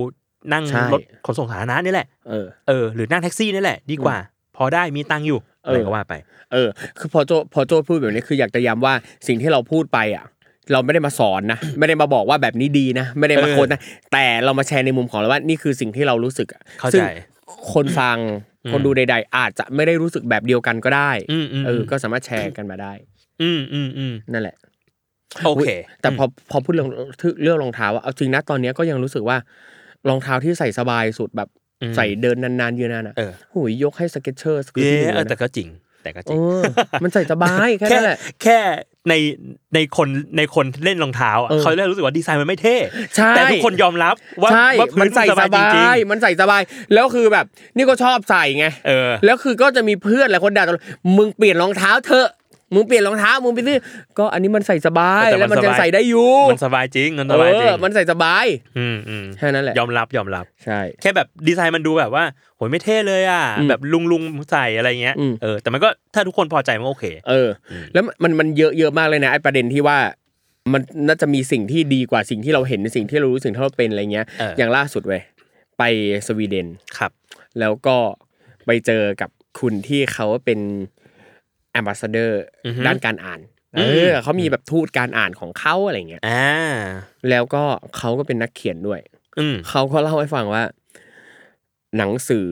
นั่ง
ใช่
รถขนส่งสาธารณะนี่แหละ
เออ
เออหรือนั่งแท็กซี่นี่แหละ ดีกว่า พอได้มีตังค์อยู่
เอออ
อะไรก็ว่าไป
เออคือพอโจพอโจพูดแบบนี้คืออยากจะย้ำว่าสิ่งที่เราพูดไปอ่ะ เราไม่ได้มาสอนนะ ไม่ได้มาบอกว่าแบบนี้ดีนะ ไม่ได้มา
เออ
โคนนะ แต่เรามาแชร์ในมุมของเราว่านี่คือสิ่งที่เรารู้สึกอะ
เข้าใจ
ซึ่งคนฟัง
อืม
คนดูใด ๆ อาจจะไม่ได้รู้สึกแบบเดียวกันก็ได้
อืมอืม
เออก็สามารถแชร์กันมาได้
อืมอืมอืม
นั่นแหละ
โอเค
แต่พอพอพูดเรื่องเรื่องรองเท้าอะเอาจริงนะตอนเนี้ยก็ยังรู้สึกว่า รองเท้าที่ใส่สบายสุดแบบ
อืม
ใส่เดินนานๆยืนนานอ่ะ
เออ
โอ้ยยกให้สเก็ตเชอร์สคือ
เย้
ที่หนึ่ง
เอ
เล
อย แต่
นะ
ก็จริง แต่ก็จ
เอ
ริง
อมันใส่สบายแค่
แค่
นั้นแหละ
แค่ในในคนในคนเล่นรองเท้าอะ
เออ
เขาเริ่มรู้สึกว่าดีไซน์มันไม่เท่
ใช่
แต่ทุกคนยอมรับว่า
ใช่
ว่าพื้
มัน นใส่ส
สบาย
บา
จริง
ยมันใส่สบายแล้วคือแบบ นี่ก็ชอบใส่ไง
ๆเออ
แล้วคือก็จะมีเพื่อนหลายคนด่าตลอดมึงเปลี่ยนรองเท้าเถอะ มึงเปลี่ยนรองเท้า มึงไปซื้อก็อันนี้มันใส่สบาย
แต่มัน
แล้วมันจะ
สบาย
ใส่ได้อยู่
มันสบายจริงมันส
เอ
บายจริ
อง มันใส่สบาย
อืมอืม
แค่นั้นแหละ
ยอมรับยอมรับ
ใช่
แค่แบบดีไซน์มันดูแบบว่าโหยไม่เท่เลยอ่ะ
อืม
แบบลุงลุงใส่อะไรเงี้ย
อืม
เออแต่มันก็ถ้าทุกคนพอใจมันก็โอเค
เอออ แล้วมันมันเยอะเยอะมากเลยนะไอ้ประเด็นที่ว่า มันน่าจะมีสิ่งที่ดีกว่าสิ่งที่เราเห็นสิ่งที่เรารู้สิ่งที่เราเป็นอะไรเงี้ย
เอออ
อย่างล่าสุดเว้ยไปสวีเดน
ครับ
แล้วก็ไปเจอกับคุณที่เขาเป็นแอมบาสเดอร์
อือฮึ
ด้านการอ่าน
อื
เอ
ม
อเขามีแบบทูตการอ่านของเขาอะไรเงี้ย
อ่า
แล้วก็เขาก็เป็นนักเขียนด้วย
อืม
เขาก็เล่าให้ฟังว่า หนังสือ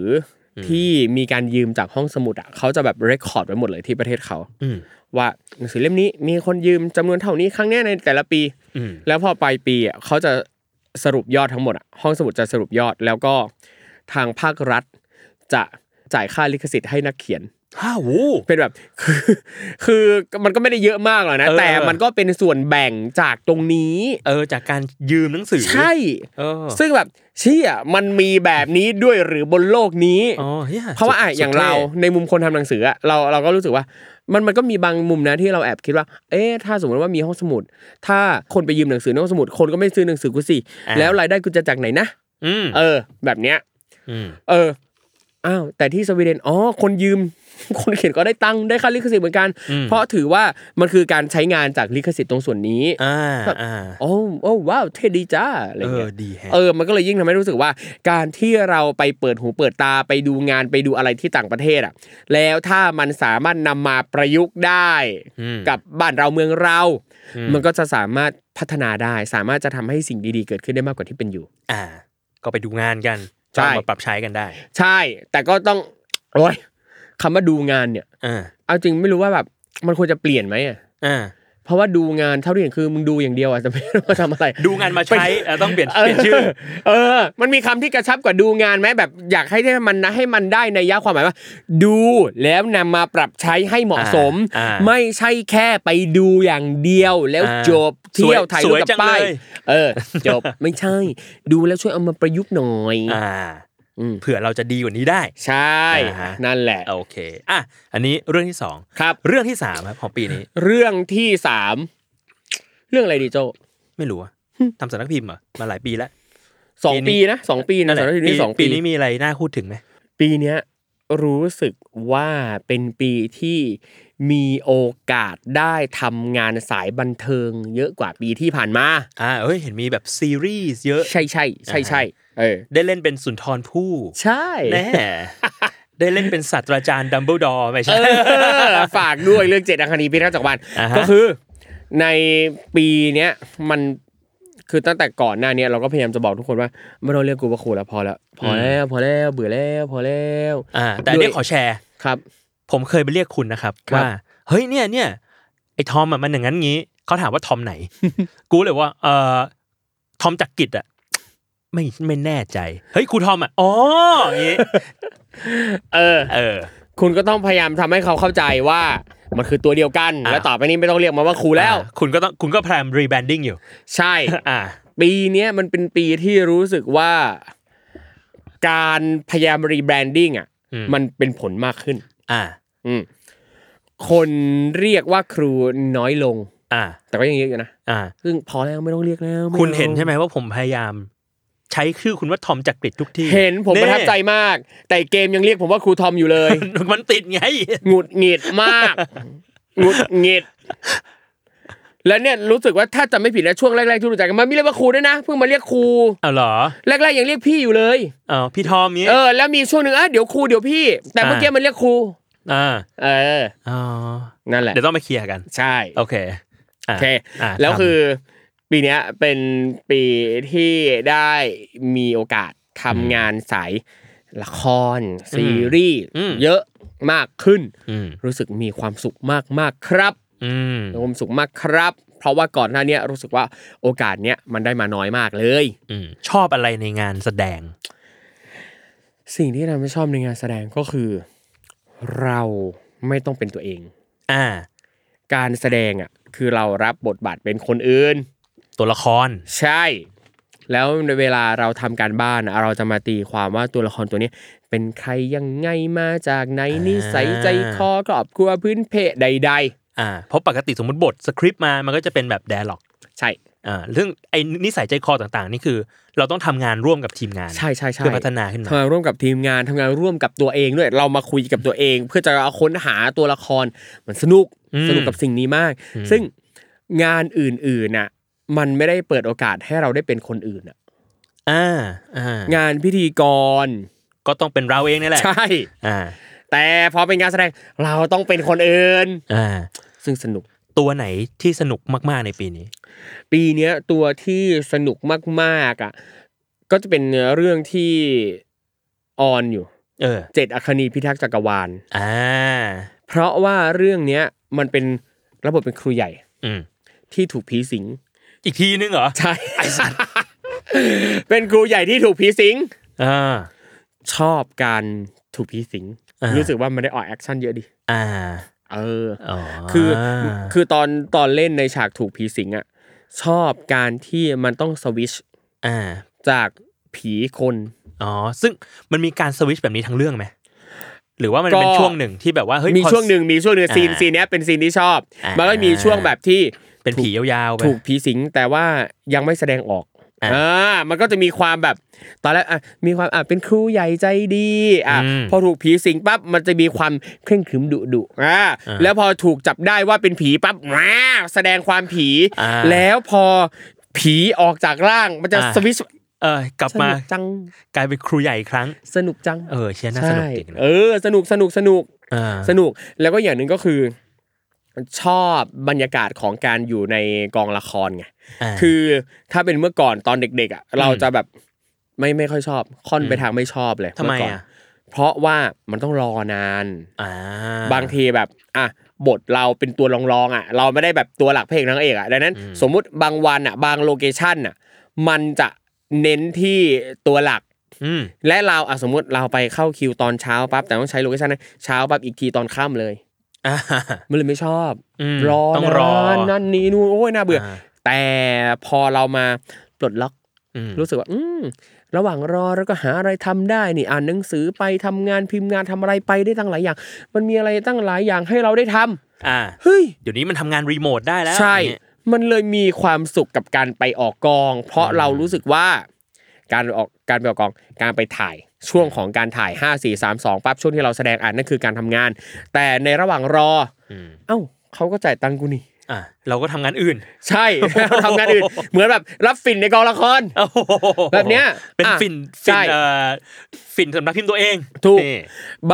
อ
ม
ที่มีการยืมจากห้องสมุดอ่ะเขาจะแบบเรคคอร์ดไว้หมดเลยที่ประเทศเขา
อืม
ว่าหนังสือเล่มนี้มีคนยืมจำนวนเท่านี้ครั้งเนี้ยในแต่ละปี
อืม
แล้วพอปลายปีอ่ะเขาจะสรุปยอดทั้งหมดอ่ะห้องสมุดจะสรุปยอด แล้วก็ทางภาครัฐ จะจ่ายค่าลิขสิทธิ์ให้นักเขียน
ฮ่าวู
เป็นแบบ คือคือมันก็ไม่ได้เยอะมากหรอกนะ
เออ
แต่มันก็เป็นส่วนแบ่งจากตรงนี้
เออจากการยืมหนังสือ
ใช่
เออ
ซึ่งแบบเชี่ยมันมีแบบนี้ด้วยหรือบนโลกนี้
อ๋อหี้ย
เพราะว่าอ่ะ
สุด
อย่างเราในมุมคนทำหนังสืออะเราเราก็รู้สึกว่า มันมันก็มีบางมุมนะที่เราแอบคิดว่า เอ๊ะถ้าสมมติว่ามีห้องสมุด ถ้าคนไปยืมหนังสือในห้องสมุด คนก็ไม่ซื้อหนังสือกูสิ
อ่ะ
แล้วรายได้กูจะจากไหนนะ
อืม
เออ แบบเนี้ย
อืม
เอออ้าวแต่ที่สวีเดนอ๋อคนยืม คนเขียนก็ได้ตังค์ได้ค่าลิขสิทธิ์เหมือนกัน เพราะถือว่ามันคือการใช้งานจากลิขสิทธิ์ตรงส่วนนี้
อ่าอ่า
โอ้โอ้ว้าวเท่ดีจ้าอะไร
เอ
เงี้
อย ดีแฮะ
เออ มันก็เลยยิ่งทำให้รู้สึกว่า การที่เราไปเปิดหูเปิดตาไปดูงานไปดูอะไรที่ต่างประเทศอ่ะ แล้วถ้ามันสามารถนำมาประยุกต์ได้
ม
กับบ้านเราเมืองเรา
อืม
มันก็จะสามารถพัฒนาได้ สามารถจะทำให้สิ่งดีๆ เกิดขึ้นได้มากกว่าที่เป็นอยู่
อ่า ก็ไปดูงานกัน
ใช่
จ้างมาปรับใช้กันได้
ใช่ แต่ก็ต้อง โอ้ยคำว่าดูงานเนี่ย
อ่า
เอาจริงไม่รู้ว่าแบบมันควรจะเปลี่ยนไหมอะ
อ่า
เพราะว่าดูงานเท่าที่เห็นคือมึงดูอย่างเดียวอ่ะจะ ไม่รู้ว่าทำอะไร
ดูงานมาใช้เออต้องเปลี่ยน
เอ
เปลี่ยนชื่อ
เออ มันมีคำที่กระชับกว่าดูงานไหมแบบอยากให้ได้มันนะให้มันได้ในยยะความหมายว่า ดูแล้วนำมาปรับใช้ให้เหมาะสม
อ่าอ่า
ไม่ใช่แค่ไปดูอย่างเดียวแล้ว
อ่า
จบเที่ย
ส
ว
วย
ถ่ายรูปกั
สว
บ
ยจัง
ป้าย
เลย
เออ จบ ไม่ใช่ ดูแล้วช่วยเอามาประยุกต์หน่อย
อ่า
อืม
เผื่อเราจะดีกว่านี้ได้
ใช่
อ่าฮะ
นั่นแหละ
โอเค อ่ะ อันนี้เรื่องที่สอง
ครับ
เรื่องที่สามครับของปีนี้
เรื่องที่สามเรื่องอะไรดีโจ
ไม่รู้อะทำสำนักพิมพ์เหรอมาหลายปีแล้ว
สองปีนะสองปีนะสำหรับที่นี่สอง
ปี
ปี
นี้มีอะไรน่าพูดถึงไหม
ปีเนี้ยรู้สึกว่าเป็นปีที่มีโอกาสได้ทำงานสายบันเทิง เยอะกว่าปีที่ผ่านมา
อ่าเอ้ย เห็นมีแบบซีรีส์เยอะ
ใช่ใช่ใช่ใช่เออ
ได้เล่นเป็นสุนทรภู่
ใช่
แน่ ได้เล่นเป็นศาสตราจารย์ดัมเบิลดอร์ไม่ใช่
เออ ฝากด้วยเรื่องเจ็ดอังคณีพิทักษ์จักรวาล
อ่าฮะ
ก็คือในปีเนี้ยมันคือตั้งแต่ก่อนหน้าเนี้ยเราก็พยายามจะบอกทุกคนว่า ไม่ต้องเรียกกูว่าครูแล้วพอแล้วพอแล้วพอแล้วเบื่อแล้วพอแล้ว
อ่า แต่อันนี้ขอแชร์
ครับ
ผมเคยไปเรียกคุณนะครับ
ครับ
ว่าเฮ้ยเนี่ยเนี่ยไอ้ทอมอะมันอย่างนั้นงี้เขาถามว่าทอ มไหน กูเลยว่าเอ่อทอมจักรกิจอะไม่ไม่แน่ใจเฮ้ยครูทอมอะอ๋ออย่างงี้
เออ
เออ
คุณก็ต้องพยายามทำให้เขาเข้าใจว่ามันคือตัวเดียวกัน
อ่ะ
และต่อไปนี้ไม่ต้องเรียกมันว่าครูแล้ว
อ่ะคุณก็ต้องคุณก็พยายามรีแบรนดิ้งอยู่
ใช่
อ่า
ปีเนี้ยมันเป็นปีที่รู้สึกว่าการพยายามรีแบรนดิ้งอ่ะ
อืม
มันเป็นผลมากขึ้น
อ่า
อืมคนเรียกว่าครูน้อยลง
อ่า
แต่ก็ยังเยอะอยู่นะ
อ่า
ซึ่งพอแล้วไม่ต้องเรียกแล้ว
คุณเห็นใช่
ไหม
ไหมว่าผมพยายาม ใช้ชื่อคุณว่าทอมจักรกิจทุกที่
เห็นผม
ย
ประทับใจมาก แต่เกมยังเรียกผมว่าครูทอมอยู่เลย
มันติดไง
หงุดหงิดมาก หงุดหงิด แล้วเนี่ยรู้สึกว่าถ้าจำไม่ผิดนะช่วงแรกๆที่รู้จักกันมันไม่เรียกว่าครูด้วยนะเพิ่งมาเรียกครู
เอาเหรอ
แรกๆยังเรียกพี่อยู่เลย
เออพี่ทอมนี้
เออ แล้วมีช่วงหนึ่งอ่ะเดี๋ยวครูเดี๋ยวพี่ แต่
อ่า
เมื่อกี้มันเรียกครู
อ่า
เออ
อ๋อ
นั่นแหละ
เดี๋ยวต้องมาเคลียร์กัน
ใช่
โอเค
โอ
อ่ะ
เค
อ่ะ
แล้ว
ทำ
คือ ปีเนี้ยเป็นปีที่ได้มีโอกาสทำงานสายละคร ซีรีส์
อืม
เยอะมากขึ้น
อืม
รู้สึกมีความสุขมากๆครับ
อืม
มีความสุขมากครับ เพราะว่าก่อนหน้าเนี้ยรู้สึกว่าโอกาสเนี้ยมันได้มาน้อยมากเลย
อืม ชอบอะไรในงานแสดง
สิ่งที่เราไม่ชอบในงานแสดงก็คือ เราไม่ต้องเป็นตัวเอง
อ่า
การแสดงอ่ะคือเรารับบทบาทเป็นคนอื่น
ตัวละคร
ใช่ แล้วในเวลาเราทำการบ้านอะเราจะมาตีความว่าตัวละครตัวนี้ เป็นใครยังไงมาจากไหนนิสัยใจคอครอบครัวพื้นเพใด
อ่าเพราะปกติสมมติบทสคริปต์มามันก็จะเป็นแบบแดร์ล็อก
ๆ ใช่
อ่าเรื่องไอ้นิสัยใจคอต่างๆ นี่คือ เราต้องทำงานร่วมกับทีมงาน
ใช่ใช่ใช่
เพื่อพัฒนาขึ้นมา
ทำงานร่วมกับทีมงานทำงานร่วมกับตัวเองด้วยเรามาคุยกับตัวเอง เพื่อจะเอาค้นหาตัวละครมันสนุกสนุกกับสิ่งนี้มาก ซึ่งงานอื่นๆน่ะมันไม่ได้เปิดโอกาสให้เราได้เป็นคนอื่นน่ะ
อ่าอ่าง
านพิธีกร
ก็ต้องเป็นเราเองนี่แหละ
ใช่
อ่า
แต่พอเป็นงานแสดงเราต้องเป็นคนอื่น
อ่า
ซึ่งสนุก
ตัวไหนที่สนุกมากๆในปีนี้
ปีเนี้ยตัวที่สนุกมากๆอ่ะก็จะเป็นเรื่องที่ออนอยู่
เออ
เจ็ดอคนีพิทักษ์จักรวาล
อ่า
เพราะว่าเรื่องเนี้ยมันเป็นระบบเป็นครูใหญ่
อืม
ที่ถูกผีสิง
อีกทีนึงเหรอ
ใช่ เป็นครูใหญ่ที่ถูกผีสิง
อ่า
ชอบการถูกผีสิง
อ่ารู้
รู้สึกว่ามันได้ออกแอคชั่นเยอะดี
อ่า
เออ
อ๋อ
คือคือตอนตอนเล่นในฉากถูกผีสิงอ่ะชอบการที่มันต้องสวิตช
อ่า
จากผีคน
อ๋อซึ่งมันมีการสวิตชแบบนี้ทั้งเรื่องไหมหรือว่ามันเป็น
ก็
ช่วงหนึ่งที่แบบว่าเฮ้ย
มี
พอ
ช่วงหนึ่งมีช่วงหนึ่ง
อ่า
ซีนซีนเนี้ยเป็นซีนที่ชอบ
อ่ามั
มันก็มีช่วงแบบที่
เป็นผียาวๆไป
ถูกผีสิงแต่ว่ายังไม่แสดงออก
อ่า
อ่ามันก็จะมีความแบบตอนแรกอ่ะมีความอ่ะเป็นครูใหญ่ใจดีอ่ะ
อืม
พอถูกผีสิงปั๊บมันจะมีความเคร่งขรึมดุดุอ่า
อ่า
แล้วพอถูกจับได้ว่าเป็นผีปั๊บว้าแสดงความผี
อ่า
แล้วพอผีออกจากร่างมันจะ
อ่า
สวิตช์
เออกลับ
ส
มา
นุกจัง
กลายเป็นครูใหญ่อีกครั้ง
สนุกจัง
เออเชียน่าส
ใช่
นุกจริงนะ
เออสนุกสนุกสนุก
อ่า
สนุกแล้วก็อย่างหนึ่งก็คือ ชอบบรรยากาศของการอยู่ในกองละครไง
า
คือถ้าเป็นเมื่อก่อนตอนเด็ก ๆ อ่ะ เราจะแบบไม่ไม่ค่อยชอบ ค่อนไปทางไม่ชอบเลย
ทำไม
เก่น
อ่ะ
เพราะว่ามันต้องรอนาน
อ่า
บางทีแบบอ่ะบทเราเป็นตัวรองๆอ่ะ เราไม่ได้แบบตัวหลักพระเอกนางเอกอ่ะดังนั้น สมมุติบางวันอ่ะ บางโลเคชั่นอ่ะ มันจะเน้นที่ตัวหลัก
อืม
และเราอ่ะสมมติเราไปเข้าคิวตอนเช้าปั๊บแต่ต้องใช้โลเคชั่นนั้นเช้าปั๊บอีกทีตอนค่ำเลย
อ่า
มันเลยไม่ชอบ
อืม
รอ
ต้องรอ
านานนั่นนี่นู่นโอ้ยน่าเบื่ออา แต่พอเรามาปลดล็อก
อืม
รู้สึกว่า อืมระหว่างรอแล้วก็หาอะไรทำได้นี่อ่านหนังสือไปทำงานพิมพ์งานทำอะไรไปได้ตั้งหลายอย่าง มันมีอะไรตั้งหลายอย่างให้เราได้ทำ
อ่า
เฮ้ย
เดี๋ยวนี้มันทำงานรีโมทได้แล้ว
ใช่
อย่างเงี้ย
มันเลยมีความสุขกับการไปออกกอง เพราะเรารู้สึกว่า การออกการไปออกกองการไปถ่ายช่วงของการถ่าย 5 4 3 2ปั๊บช่วงที่เราแสดงอ่านนั่นคือการทำงาน แต่ในระหว่างรอ
อืม
เอ้าเขาก็จ่ายตังค์กูนี่
อ่าเราก็ทำงานอื่น
ใช่ ทำงานอื่น เหมือนแบบรับฝิ่นในกองละคร
โอ้โห
แบบเนี้ย
เป็น
อ่ะ
ฟิน
ใช่
ฟินเอ่อฟินสำนักพิมพ์ตัวเอง
ถูก
นี่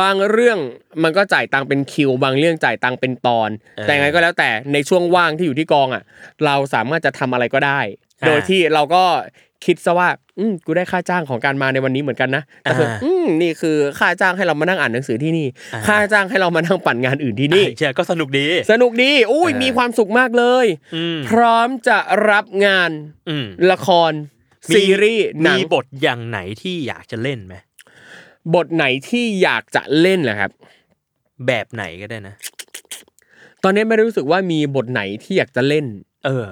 บางเรื่องมันก็จ่ายตังค์เป็นคิว บางเรื่องจ่ายตังค์เป็นตอน
เออ
แต่ไงก็แล้วแต่ในช่วงว่างที่อยู่ที่กองอ่ะ เราสามารถจะทำอะไรก็ได้
อ่า
โดยที่เราก็คิดซะว่า อืมกูได้ค่าจ้างของการมาในวันนี้เหมือนกันนะแต่คืออา อืมนี่คือค่าจ้างให้เรามานั่งอ่านหนังสือที่นี่
อ่า
ค่าจ้างให้เรามานั่งปั่นงานอื่นที่นี่
อ่ะเชียก็สนุกดี
สนุกดีอุ้ย
เออ
มีความสุขมากเลย
อืม
พร้อมจะรับงาน
อืม
ละครซีรีส์หนัง
มีบทอย่างไหนที่อยากจะเล่นไหม
บทไหนที่อยากจะเล่นเหรอครับ
แบบไหนก็ได้นะ
ตอนนี้ไม่ได้รู้สึกว่ามีบทไหนที่อยากจะเล่น
เออ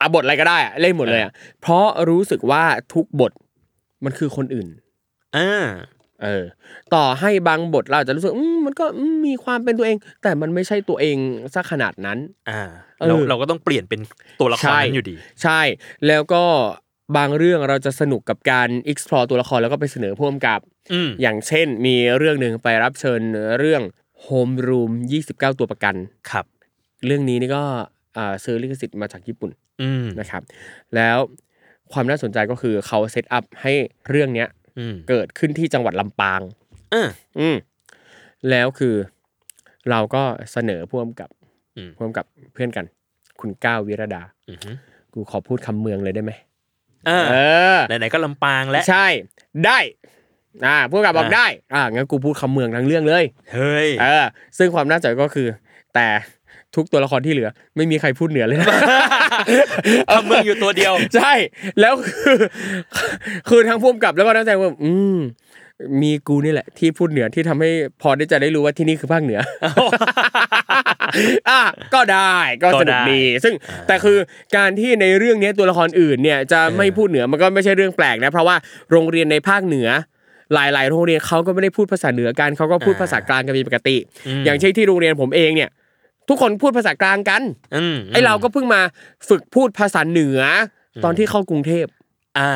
อ่ะบทอะไรก็ได้อะเล่นหมดเลยอะเพราะรู้สึกว่าทุกบทมันคือคนอื่น
อ่า
เออ ต่อให้บางบทเราอาจจะรู้สึกอืมมันก็อืมมีความเป็นตัวเอง แต่มันไม่ใช่ตัวเองซะขนาดนั้น
อ่า
เออ
เราเราก็ต้องเปลี่ยนเป็นตัวละคร
ใช่
นั้นอยู่ดี
ใช่ แล้วก็บางเรื่องเราจะสนุกกับการ explore ตัวละครแล้วก็ไปเสนอพ่วมกับ
อืม
อย่างเช่น มีเรื่องหนึ่งไปรับเชิญเรื่อง Home Room 29 ตัวประกัน
ครับ
เรื่องนี้นี่ก็อ่าซื้อลิขสิทธิ์มาจากญี่ปุ่น
อืม
นะครับ แล้วความน่าสนใจก็คือเขาเซตอัพให้เรื่องเนี้ย
อืม
เกิดขึ้นที่จังหวัดลำปาง
อ่า
อืมแล้วคือเราก็เสนอพ่วมกับ
อืม
พ่วมกับเพื่อนกัน คุณก้าววิรดา
อือฮึ
กูขอพูดคำเมืองเลยได้ไหม
อ่า
เออ
ไหนๆก็ลำปางและ
ใช่ ได้อ่าพ่วมกับบอก
อ่า
ได้ อ่างั้นกูพูดคำเมืองทั้งเรื่องเลย
เฮ้ย
เออ ซึ่งความน่าสนใจก็คือ แต่ทุกตัวละครที่เหลือ ไม่มีใครพูดเหนือเลยนะ
คำเมืองอยู่ตัวเดียว
ใช่แล้วคือคือทางพุ่มกับแล้วก็นักแสดงว่าอืม มีกูนี่แหละ ที่พูดเหนือที่ทำให้พอได้จะได้รู้ว่าที่นี่คือภาคเหนือ อ่ะก็ได้ก็สนุกดี ซึ่งแต่คือการที่ในเรื่องเนี้ยตัวละครอื่นเนี่ยจะไม่พูดเหนือมันก็ไม่ใช่เรื่องแปลกนะเพราะว่าโรงเรียนในภาคเหนือ หลาย ๆ โรงเรียนเขาก็ไม่ได้พูดภาษาเหนือกันเขาก็พูดภาษากลางกันเป็นปกติ อย่างเช่นที่โรงเรียนผมเองเนี่ย ทุกคนพูดภาษากลางกัน
อืม
ไอเราก็เพิ่งมาฝึกพูดภาษาเหนืออตอนที่เข้ากรุงเทพ
อ่า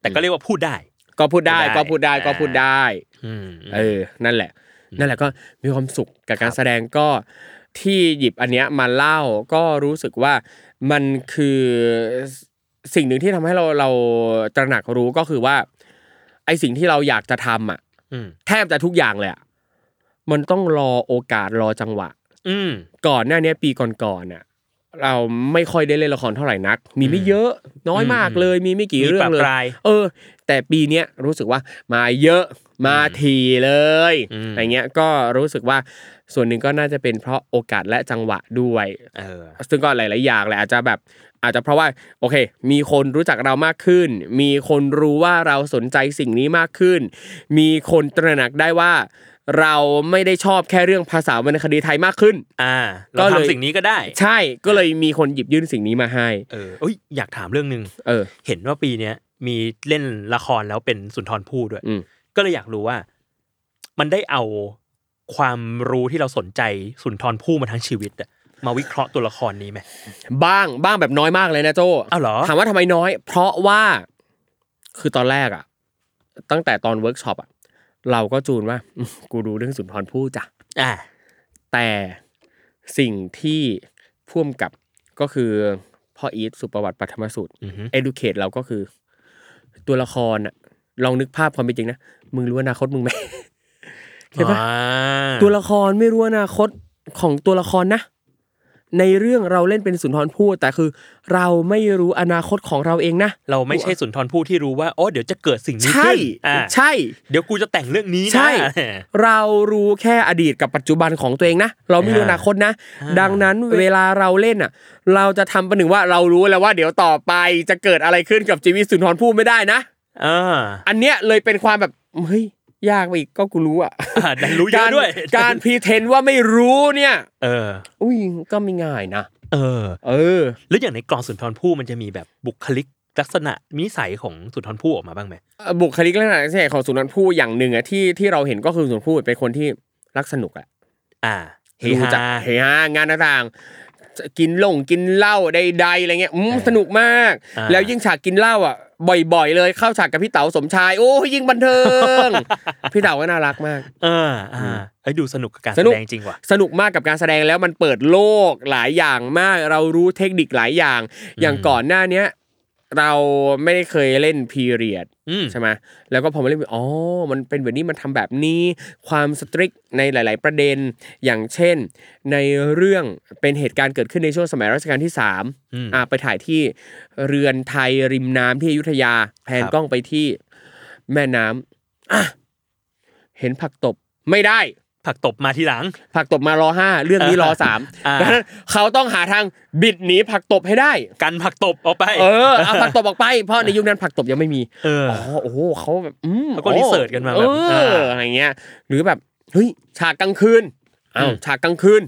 แต่ก็เรียกว่าพูดได้
ก็พูดได้
ก็
ก็
พู
พูด
ดได้
ได้ก็พูดได้
อืม
เออ นั่นแหละ นั่นแหละก็มีความสุขกับการแสดงก็ที่หยิบอันเนี้ยมาเล่าก็รู้สึกว่ามันคือสิ่งหนึ่งที่ทำให้เราเราตระหนักรู้ก็คือว่า ไอสิ่งที่เราอยากจะทำอ่ะ
อืม
แทบจะทุกอย่างเลยอะมันต้องรอโอกาสรอจังหวะ
อืม
ก่อนหน้าเนี้ยปีก่อนๆน่ะเราไม่ค่อยได้เล่นละครเท่าไหร่นัก มีไม่เยอะน้อยมากเลย มีไม่กี่
มี
เรื่องเล
ปะปราย
ยเออ แต่ปีเนี้ยรู้สึกว่ามาเยอะมาทีเลย
อืม
อะไรเงี้ยก็รู้สึกว่าส่วนหนึ่งก็น่าจะเป็นเพราะโอกาสและจังหวะด้วย
เออ
ซึ่งก็หลาย ๆ อย่างแหละอาจจะแบบ อาจจะเพราะว่าโอเค มีคนรู้จักเรามากขึ้น มีคนรู้ว่าเราสนใจสิ่งนี้มากขึ้น มีคนตระหนักได้ว่า เราไม่ได้ชอบแค่เรื่องภาษาวรรณคดีไทยมากขึ้น
อ่า
ก็
เรา
เลย
ทำสิ่งนี้ก็ได้
ใช่ก็เลยมีคนหยิบยื่นสิ่งนี้มาให้
เออเอ้ยอยากถามเรื่องหนึ่ง
เออ
เห็นว่าปีเนี้ยมีเล่นละครแล้วเป็นสุนทรภู่ด้วย
อืม
ก็เลยอยากรู้ว่า มันได้เอาความรู้ที่เราสนใจสุนทรภู่มาทั้งชีวิตอะมาวิเคราะห์ตัวละครนี้ไหม
บ้างบ้างแบบน้อยมากเลยนะโจ
อ้าวเหรอ
ถามว่าทำไมน้อย เพราะว่าคือตอนแรกอะตั้งแต่ตอนเวิร์กช็อปอะเราก็จูนว่า อืมกูดูเรื่องสุนทรภู่จ้ะ
อ่า
แต่สิ่งที่พ่วมกับก็คือพ่ออีทสุประวัติปัทมสูตร
อือฮึ
educate เราก็คือ ตัวละครอะลองนึกภาพความเป็นจริงนะ มึงรู้อนาคตมึงไหม ใช่ปะ
อ่า
ตัวละครไม่รู้อนาคตของตัวละครนะ ในเรื่องเราเล่นเป็นสุนทรภู่แต่คือเราไม่รู้อนาคตของเราเองนะ
เราไม่ใช่สุนทรภู่ที่รู้ว่าโอ้เดี๋ยวจะเกิดสิ่งนี้
ใช่
ขึ้นอ่า
ใช่
เดี๋ยวกูจะแต่งเรื่องนี้นะ
ใช่ เรารู้แค่อดีตกับปัจจุบันของตัวเองนะ เราไม่รู้อ
อ่า
นาคตนะ ดังนั้นเวลาเราเล่นอ่ะ เราจะทำประหนึ่งว่าเรารู้แล้วว่าเดี๋ยวต่อไปจะเกิดอะไรขึ้นกับชีวิตสุนทรภู่ไม่ได้นะ
อ่า
อันเนี้ยเลยเป็นความแบบเฮ้ยยากไปอีกก็กูรู้อ่ะ
อ่าดันรู้เย
กา
อะ
ร
ด้วย
การพรีเทนว่าไม่รู้เนี่ย
เออ
อุ้ยก็ไม่ง่ายนะ
เออ
เออ
แล้วอย่างในกรองสุนทรภู่มันจะมีแบบบุคลิกลักษณะนิสัยของสุนทรภู่ออกมาบ้างไหม
บุคลิกลักษณะนิสัยของสุนันทผู้อย่างหนึ่งอะที่ที่เราเห็นก็คือสุนันทผู้เป็นคนที่รักสนุกอะ
อ่าเฮ
รู้
ฮา
จักเฮฮางานต่างๆ กินเหลงกินเหล้าใดๆอะไรเงี้ยอืมสนุกมาก
อ่า
แล้วยิ่งฉากกินเหล้าอะบ่อยๆ เลยเข้าฉากกับพี่เต๋าสมชาย โอ้ยยิ่งบันเทิ ง พี่เต๋าก็น่ารักมาก
เอออ่าเอ้ยดูสนุกกับการ
ส
แส
นุก
ดงจริงว่ะ
สนุกมากกับการแสดงแล้วมันเปิดโลกหลายอย่างมาก เรารู้เทคนิคหลายอย่าง อย่างก่อนหน้าเนี้ยเราไม่ได้เคยเล่นพีเรียด
อืม
ใช่ไหมแล้วก็พอมาเล่นอ๋อ มันเป็นแบบนี้ มันทำแบบนี้ ความสตริกในหลาย ๆ ประเด็น อย่างเช่น ในเรื่องเป็นเหตุการณ์เกิดขึ้นในช่วงสมัยรัชกาลที่สาม
อืม
อ่า ไปถ่ายที่เรือนไทยริมน้ำที่อยุธยา แพน
ครับ
กล้องไปที่แม่น้ำอ่ะเห็นผักตบ ไม่ได้
ผักตบมาทีหลัง
ผักตบมารอห้า เรื่องนี้รอสาม
อ่า
ดังนั้นเขาต้องหาทางบิดหนีผักตบให้ได้
กันผักตบออกไป
เออ เอาผักตบออกไป เพราะในยุคนั้นผักตบยังไม่มี
เออ
อ๋อโอ้โหเขาแบบอืม
แล้วก็
โอ้
รีเสิร์ชกันมาแบบ
เอออา อะไรเงี้ย หรือแบบเฮ้ยฉากกลางคืนอ้าว
อืม
ฉากกลางคืน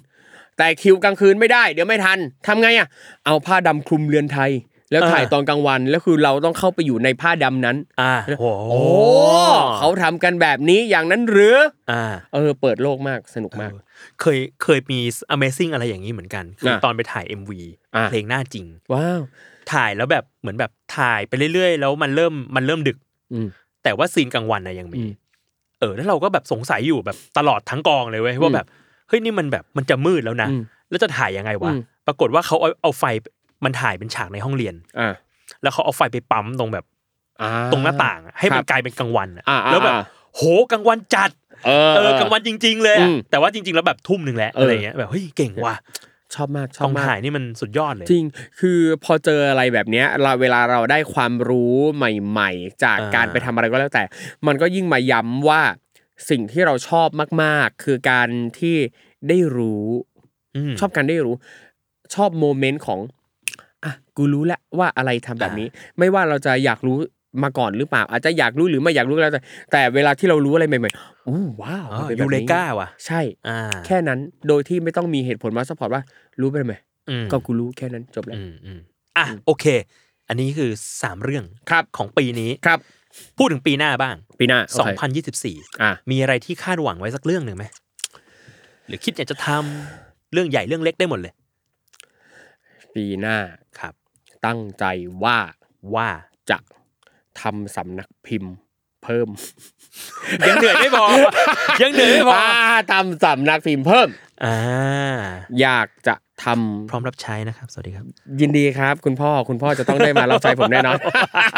แต่คิวกลางคืนไม่ได้ เดี๋ยวไม่ทันทำไงอ่ะเอาผ้าดำคลุมเรือนไทย แล้วถ่ายตอนกลางวันแล้วคือเราต้องเข้าไปอยู่ในผ้าดำนั้น
อ่าโอ้
โอ้เขาทำกันแบบนี้อย่างนั้นหรือ
อ่า
เออ เปิดโลกมากสนุกมาก
เคยเคยมี Amazing อะไรอย่างนี้เหมือนกัน คือตอนไปถ่าย MV
อ่ะ
เพลงหน้าจริง
ว้าว
ถ่ายแล้วแบบเหมือนแบบถ่ายไปเรื่อยๆ แล้วมันเริ่มมันเริ่มดึก
อืม
แต่ว่าซีนกลางวันนะยังมี
อืม
เออ แล้วเราก็แบบสงสัยอยู่แบบตลอดทั้งกองเลยเว้ยว่าแบบเฮ้ยนี่มันแบบมันจะมืดแล้วนะ
อืม
แล้วจะถ่ายยังไงวะ
อืม
ปรากฏว่าเขาเอาเอาไฟมันถ่ายเป็นฉากในห้องเรียน
อ่า
แล้วเขาเอาไฟไปปั๊มตรงแบบ
อ่า
ตรงหน้าต่างอะให้มั
ครั
น
บ
กลายเป็นกลางวันอะ
อ่าอ่า
แล้วแบบ
อ่า
โหกลางวันจัด
เออ
เออกลางวันจริง ๆ เลยอะ
อืม
แต่ว่าจริง ๆ แล้วแบบทุ่มหนึ่งแล้ว
เอออ
อะไรเงี้ยแบบเฮ้ยเก่งว่ะ
ชอบมากช
ก
อ
อบ ง
มาก
ถ่ายนี่มันสุดยอดเลย
จริง คือพอเจออะไรแบบเนี้ยเราเวลาเราได้ความรู้ใหม่ ๆ จาก
อ่า
การไปทำอะไรก็แล้วแต่ มันก็ยิ่งมาย้ำว่าสิ่งที่เราชอบมาก ๆ คือการที่ได้รู้
ม
ชอบการได้รู้ ชอบโมเมนต์ของอ่ะกูรู้แล้วว่าอะไรทำแบบนี้ ไม่ว่าเราจะอยากรู้ มาก่อนหรือเปล่า อาจจะอยากรู้หรือไม่อยากรู้ก็แล้วแต่แต่เวลาที่เรารู้อะไรใหม่ๆอู้ว้าว
อ๋
มัน
อ
ป็นแบบ
ยู
นี้
เลกาว่ะ
ใช่
อ่า
แค่นั้นโดยที่ไม่ต้องมีเหตุผลมาซัพพอร์ตว่า รู้ไปทำไหม
อืม
ก็กูรู้แค่นั้นจบแล้ว
อืมอืมอ่ะ
อืม
โอเค อันนี้คือสามเรื่อง
ครับ
ของปีนี้
ครับ
พูดถึงปีหน้าบ้าง
ปีหน้าโเค
2024
อ่ะ
มีอะไรที่คาดหวังไว้สักเรื่องหนึ่งไหมหรือคิดอยากจะทำเรื่องใหญ่เรื่องเล็กได้หมดเลย
ปีหน้า
ครับ
ตั้งใจว่า
ว่า
จะทำสำนักพิมพ์เพิ่ม
ยังเหนื่อยไม่ พอ ยังเหนื่อยไม่พอ
อ่าทำสำนักพิมพ์เพิ่ม
อ่า
อยากจะทำ
พร้อมรับใช้นะครับ สวัสดีครับ
ยินดีครับ คุณพ่อคุณพ่อจะต้องได้มารับใช้ผมแน่นอน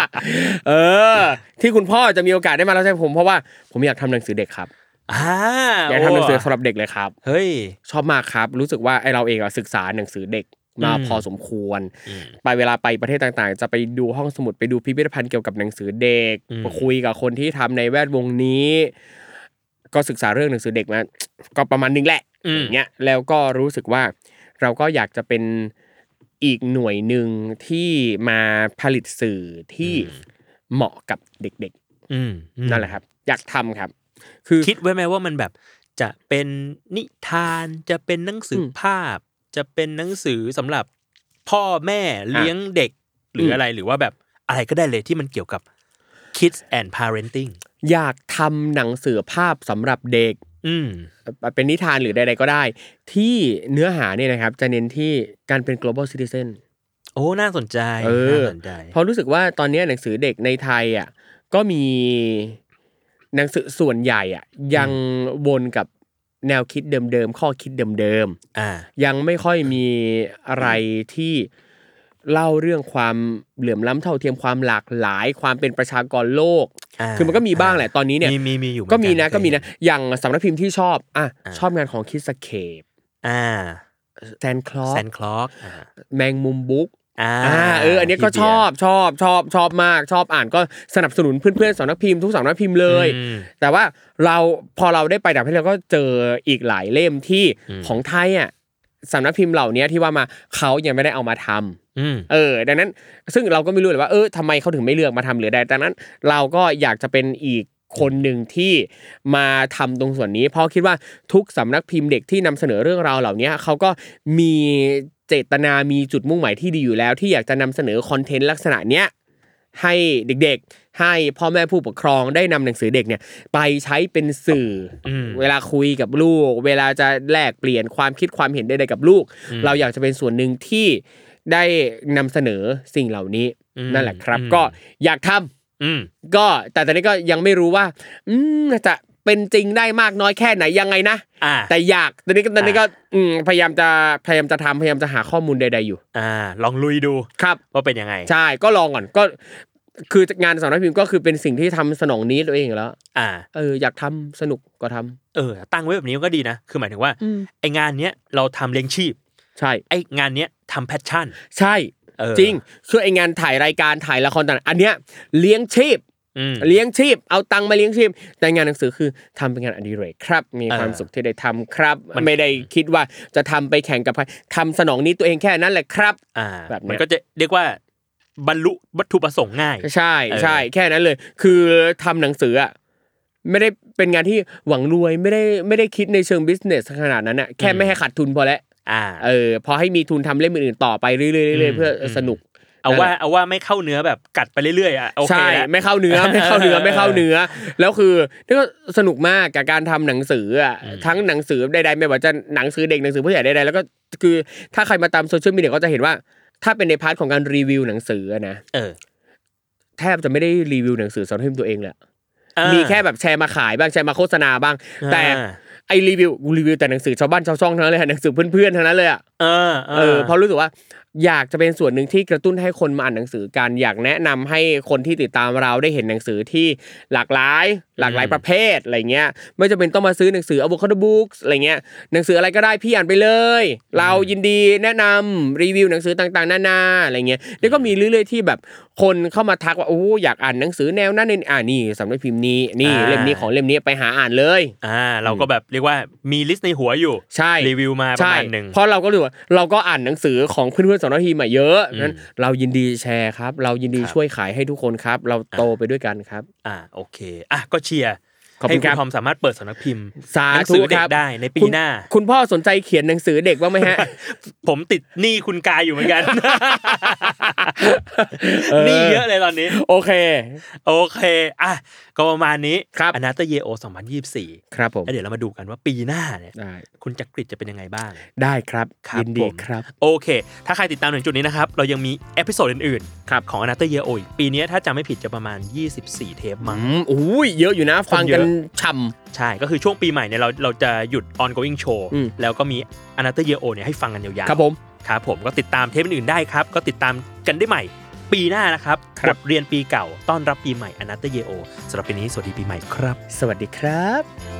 เออ ที่คุณพ่อจะมีโอกาสได้มารับใช้ผมเพราะว่าผมอยากทำหนังสือเด็กครับ
อ่า
อยากทำหนังสือสำหรับเด็กเลยครับ
เฮ้ย
ชอบมากครับ รู้สึกว่าไอเราเองอะศึกษาหนังสือเด็กมา
อืม
พอสมควร
อืม
ไปเวลาไปประเทศต่างๆ จะไปดูห้องสมุดไปดูพิพิธภัณฑ์เกี่ยวกับหนังสือเด็ก
อืม
ไปคุยกับคนที่ทำในแวดวงนี้ ก็ศึกษาเรื่องหนังสือเด็กมา ก็ประมาณนึงแหละอย่างเงี้ยแล้วก็รู้สึกว่า เราก็อยากจะเป็นอีกหน่วยหนึ่งที่มาผลิตสื่อที่เหมาะกับเด็ก
อืมอืม
ๆนั่นแหละครับ อยากทำครับ คือ
คิดไว้ไหมว่ามันแบบจะเป็นนิทานจะเป็นหนังสืออ
ม
ภาพ จะเป็นหนังสือสำหรับพ่อแม่เลี้ยงเด็ก หรือ
ม
อะไรหรือว่าแบบอะไรก็ได้เลยที่มันเกี่ยวกับ kids and parenting
อยากทำหนังสือภาพสำหรับเด็ก
อืม
เป็นนิทานหรือใดๆก็ได้ ที่เนื้อหาเนี่ยนะครับ จะเน้นที่การเป็น global citizen
โอ้น่าสนใจ
เออ
น่าสนใจ
เพราะรู้สึกว่าตอนเนี้ยหนังสือเด็กในไทยอ่ะก็มีหนังสือส่วนใหญ่อ่ะยังวนกับแนวคิดเดิมๆข้อคิดเดิม
อ่า
ๆยังไม่ค่อยมีอะไรที่เล่าเรื่องความเหลื่อมล้ำเท่าเทียมความหลากหลาย ความเป็นประชากรโลก
อ่า
คือมันก็มีบ้างแหละตอนนี้เนี่ย
มีมีมีอยู่เหมือนกั
ก็
น
มีนะก็มีนะอย่างสำนักพิมพ์ที่ชอบอ่ะ
อ่า
ชอบงานของคิดสเคป
อ่า
แซนคลอ
แซ
ส
นคล็อกอ่า
แมงมุมบุ๊ก
อ่า
อ่าเอออันเนี้ยก็
พี่
ช
เบียร์
อบชอบชอบชอบมาก ชอบอ่านก็สนับสนุนเพื่อนๆสำนักพิมพ์ทุกสำนักพิมพ์เลย
อืม
แต่ว่าเราพอเราได้ไปดับให้เราก็เจออีกหลายเล่มที่
อืม
ของไทยอ่ะสำนักพิมพ์เหล่านี้ที่ว่ามาเขายังไม่ได้เอามาทำ
อืม
เออ ดังนั้นซึ่งเราก็ไม่รู้เลยว่าเออทำไมเขาถึงไม่เลือกมาทำหรือใดดังนั้น เราก็อยากจะเป็นอีกคนหนึ่งที่มาทำตรงส่วนนี้ เพราะคิดว่าทุกสำนักพิมพ์เด็กที่นำเสนอเรื่องราวเหล่านี้เขาก็มีเจตนามีจุดมุ่งหมายที่ดีอยู่แล้ว ที่อยากจะนำเสนอคอนเทนต์ลักษณะเนี้ยให้เด็กๆ ให้พ่อแม่ผู้ปกครองได้นำหนังสือเด็กเนี่ยไปใช้เป็นสื่ออ
ม
เวลาคุยกับลูก เวลาจะแลกเปลี่ยนความคิดความเห็นใดๆกับลูก เราอยากจะเป็นส่วนหนึ่งที่ได้นำเสนอสิ่งเหล่านี้นั่นแหละครับ ก็อยากทำ
อืม
ก็แต่ตอนนี้ก็ยังไม่รู้ว่า อืมจะเป็นจริงได้มากน้อยแค่ไหนยังไงนะ
อ่า
แต่อยากตอนนี้ก็ตอนนี้ก็
อ่ะ
อืมพยายามจะพยายามจะทำพยายามจะหาข้อมูลใด ๆอยู่
อ่า ลองลุยดู
ครับ
ว่าเป็นยังไง
ใช่ก็ลองก่อนก็ คืองานสำนักพิมพ์ก็คือเป็นสิ่งที่ทำสนองนี้ตัวเองอยู่แล้ว
อ่า
เอออยากทำสนุกก็ทำ
เออ ตั้งไว้แบบนี้ก็ดีนะ คือหมายถึงว่า
อืม
ไองานเนี้ยเราทำเลี้ยงชีพ
ใช่
ไองานเนี้ยทำแพชชั่น
ใช่
เออ
จริงคือไองานถ่ายรายการถ่ายละครต่างๆอันเนี้ยเลี้ยงชีพ
อืม
เลี้ยงชีพเอาตังค์มาเลี้ยงชีพ แต่งานหนังสือคือทำเป็นงานอดิเรกครับ มี
เออ
ความสุขที่ได้ทำครับ
มัน
ไม่ได้คิดว่าจะทำไปแข่งกับใครทำสนองนี้ตัวเองแค่นั้นแหละครับ
อ่า
แบบเนี้
มั
ย
นก็จะเรียกว่าบรรลุวัตถุประสงค์ง่าย
ใช่
เออ
ใช่แค่นั้นเลย คือทำหนังสืออะไม่ได้เป็นงานที่หวังรวยไม่ได้ไม่ได้คิดในเชิงบิสเนสขนาดนั้นอะแค่ไม่ให้ขาดทุนพอแล้ว
อ่า
เออพอให้มีทุนทำเล่มอื่นๆต่อไปเรื่อยๆเรื่อยๆเพื่ออ
ม
สนุก
เอาว่า
นั่นแหละ
เอาว่าไม่เข้าเนื้อแบบกัดไปเรื่อยๆอ่ะโอเค
ใช่
ละ
ไม่เข้าเนื้อ ไม่เข้าเนื้อไม่เข้าเนื้อ แล้วคือนี่ก็สนุกมากกับการทำหนังสืออ่ะ
อืม
ทั้งหนังสือใดๆไม่ว่าจะหนังสือเด็กหนังสือผู้ใหญ่ใดๆแล้วก็คือถ้าใครมาตามโซเชียลมีเดียก็จะเห็นว่า ถ้าเป็นในพาร์ทของการรีวิวหนังสืออะนะ
เออ
แทบจะไม่ได้รีวิวหนังสือสำหรับพิมพ์ตัวเองแหละ
อ่า
มีแค่แบบแชร์มาขายบ้างแชร์มาโฆษณาบ้าง แต่
อ่า
ไอรีวิวกูรีวิวแต่หนังสือชาวบ้านชาวช่องทั้งนั้นเลยอะหนังสือเพื่อนๆทั้งนั้นเลยอ่ะ
เออ
เออเพราะรู้สึกว่าอยากจะเป็นส่วนหนึ่งที่กระตุ้นให้คนมาอ่านหนังสือกัน อยากแนะนำให้คนที่ติดตามเราได้เห็นหนังสือที่หลากหลาย หลากหลายประเภทอะไรเงี้ย ไม่จำเป็นต้องมาซื้อหนังสือ avocado books อะไรเงี้ยหนังสืออะไรก็ได้พี่อ่านไปเลย เรายินดีแนะนำรีวิวหนังสือต่างๆนานาอะไรเงี้ยแล้วก็มีเรื่อยๆที่แบบ คนเข้ามาทักว่าโอ้อยากอ่านหนังสือแนวนั้นเนี่ยอ่านี่สำนักพิมพ์นี้นี่
อ่า
เล่มนี้ของเล่มนี้ไปหาอ่านเลย
อ่า เราก็แบบเรียกว่ามีลิสต์ในหัวอยู่
ใช่
รีวิวมาประ
ใช่
มาณหนึ่ง
เพราะเราก็รู้ว่าเราก็อ่านหนังสือของเพื่อนๆสำนักพิมพ์มาเยอะ
อืม
นั้นเรายินดีแชร์ครับ เรายินดี
ครับ
ช่วยขายให้ทุกคนครับ เราโตไปด้วยกันครับ
อ่าโอเคอ่ะก็เชียร์
ขอบ
ให้
คุณ
คุ
ค
ณ
รับ
ทอมสามารถเปิดสำนักพิมพ์
สา
หนัง
ธุ
สือเด็
ค
ก
รับ
ได้ในปี
คุณ
หน้า
คุณพ่อสนใจเขียนหนังสือเด็กบ้างไหมฮะ
ผมติดหนี้คุณกายอยู่เหมือนกัน
เออ
หนี้เยอะเลยตอนนี้
โอเค
โอเคอ่ะก็ประมาณนี้
ครับ
อนาเตเยโอ2024
ครับผม
แล้วเดี๋ยวเรามาดูกันว่าปีหน้าเนี่ย
ได้
คุณจักริดจะเป็นยังไงบ้าง
ได้ครับ
ครับ
ยินดี
ผม
ครับ
โอเค ถ้าใครติดตามถึงจุดนี้นะครับ เรายังมีเอพิโซดอื่นๆครับของอนาเตเยโออีกปีนี้ถ้าจำไม่ผิดจะประมาณ 24 เทปมั้ง
อืมอุ้ยเยอะอยู่นะ ฟังกัน
คนเยอะ
ฉ่
ใช่ ก็คือช่วงปีใหม่เนี่ยเราเราจะหยุด ongoing show
อืม
แล้วก็มี another year o เนี่ยให้ฟังกันยาวๆ
ำครับผม
ครับผมก็ติดตามเทปอื่นๆได้ครับ ก็ติดตามกันได้ใหม่ ปีหน้านะครับ
ครับ
ทเรียนปีเก่าต้อนรับปีใหม่ another year o สำหรับปีนี้สวัสดีปีใหม่ครับ
สวัสดีครับ
ส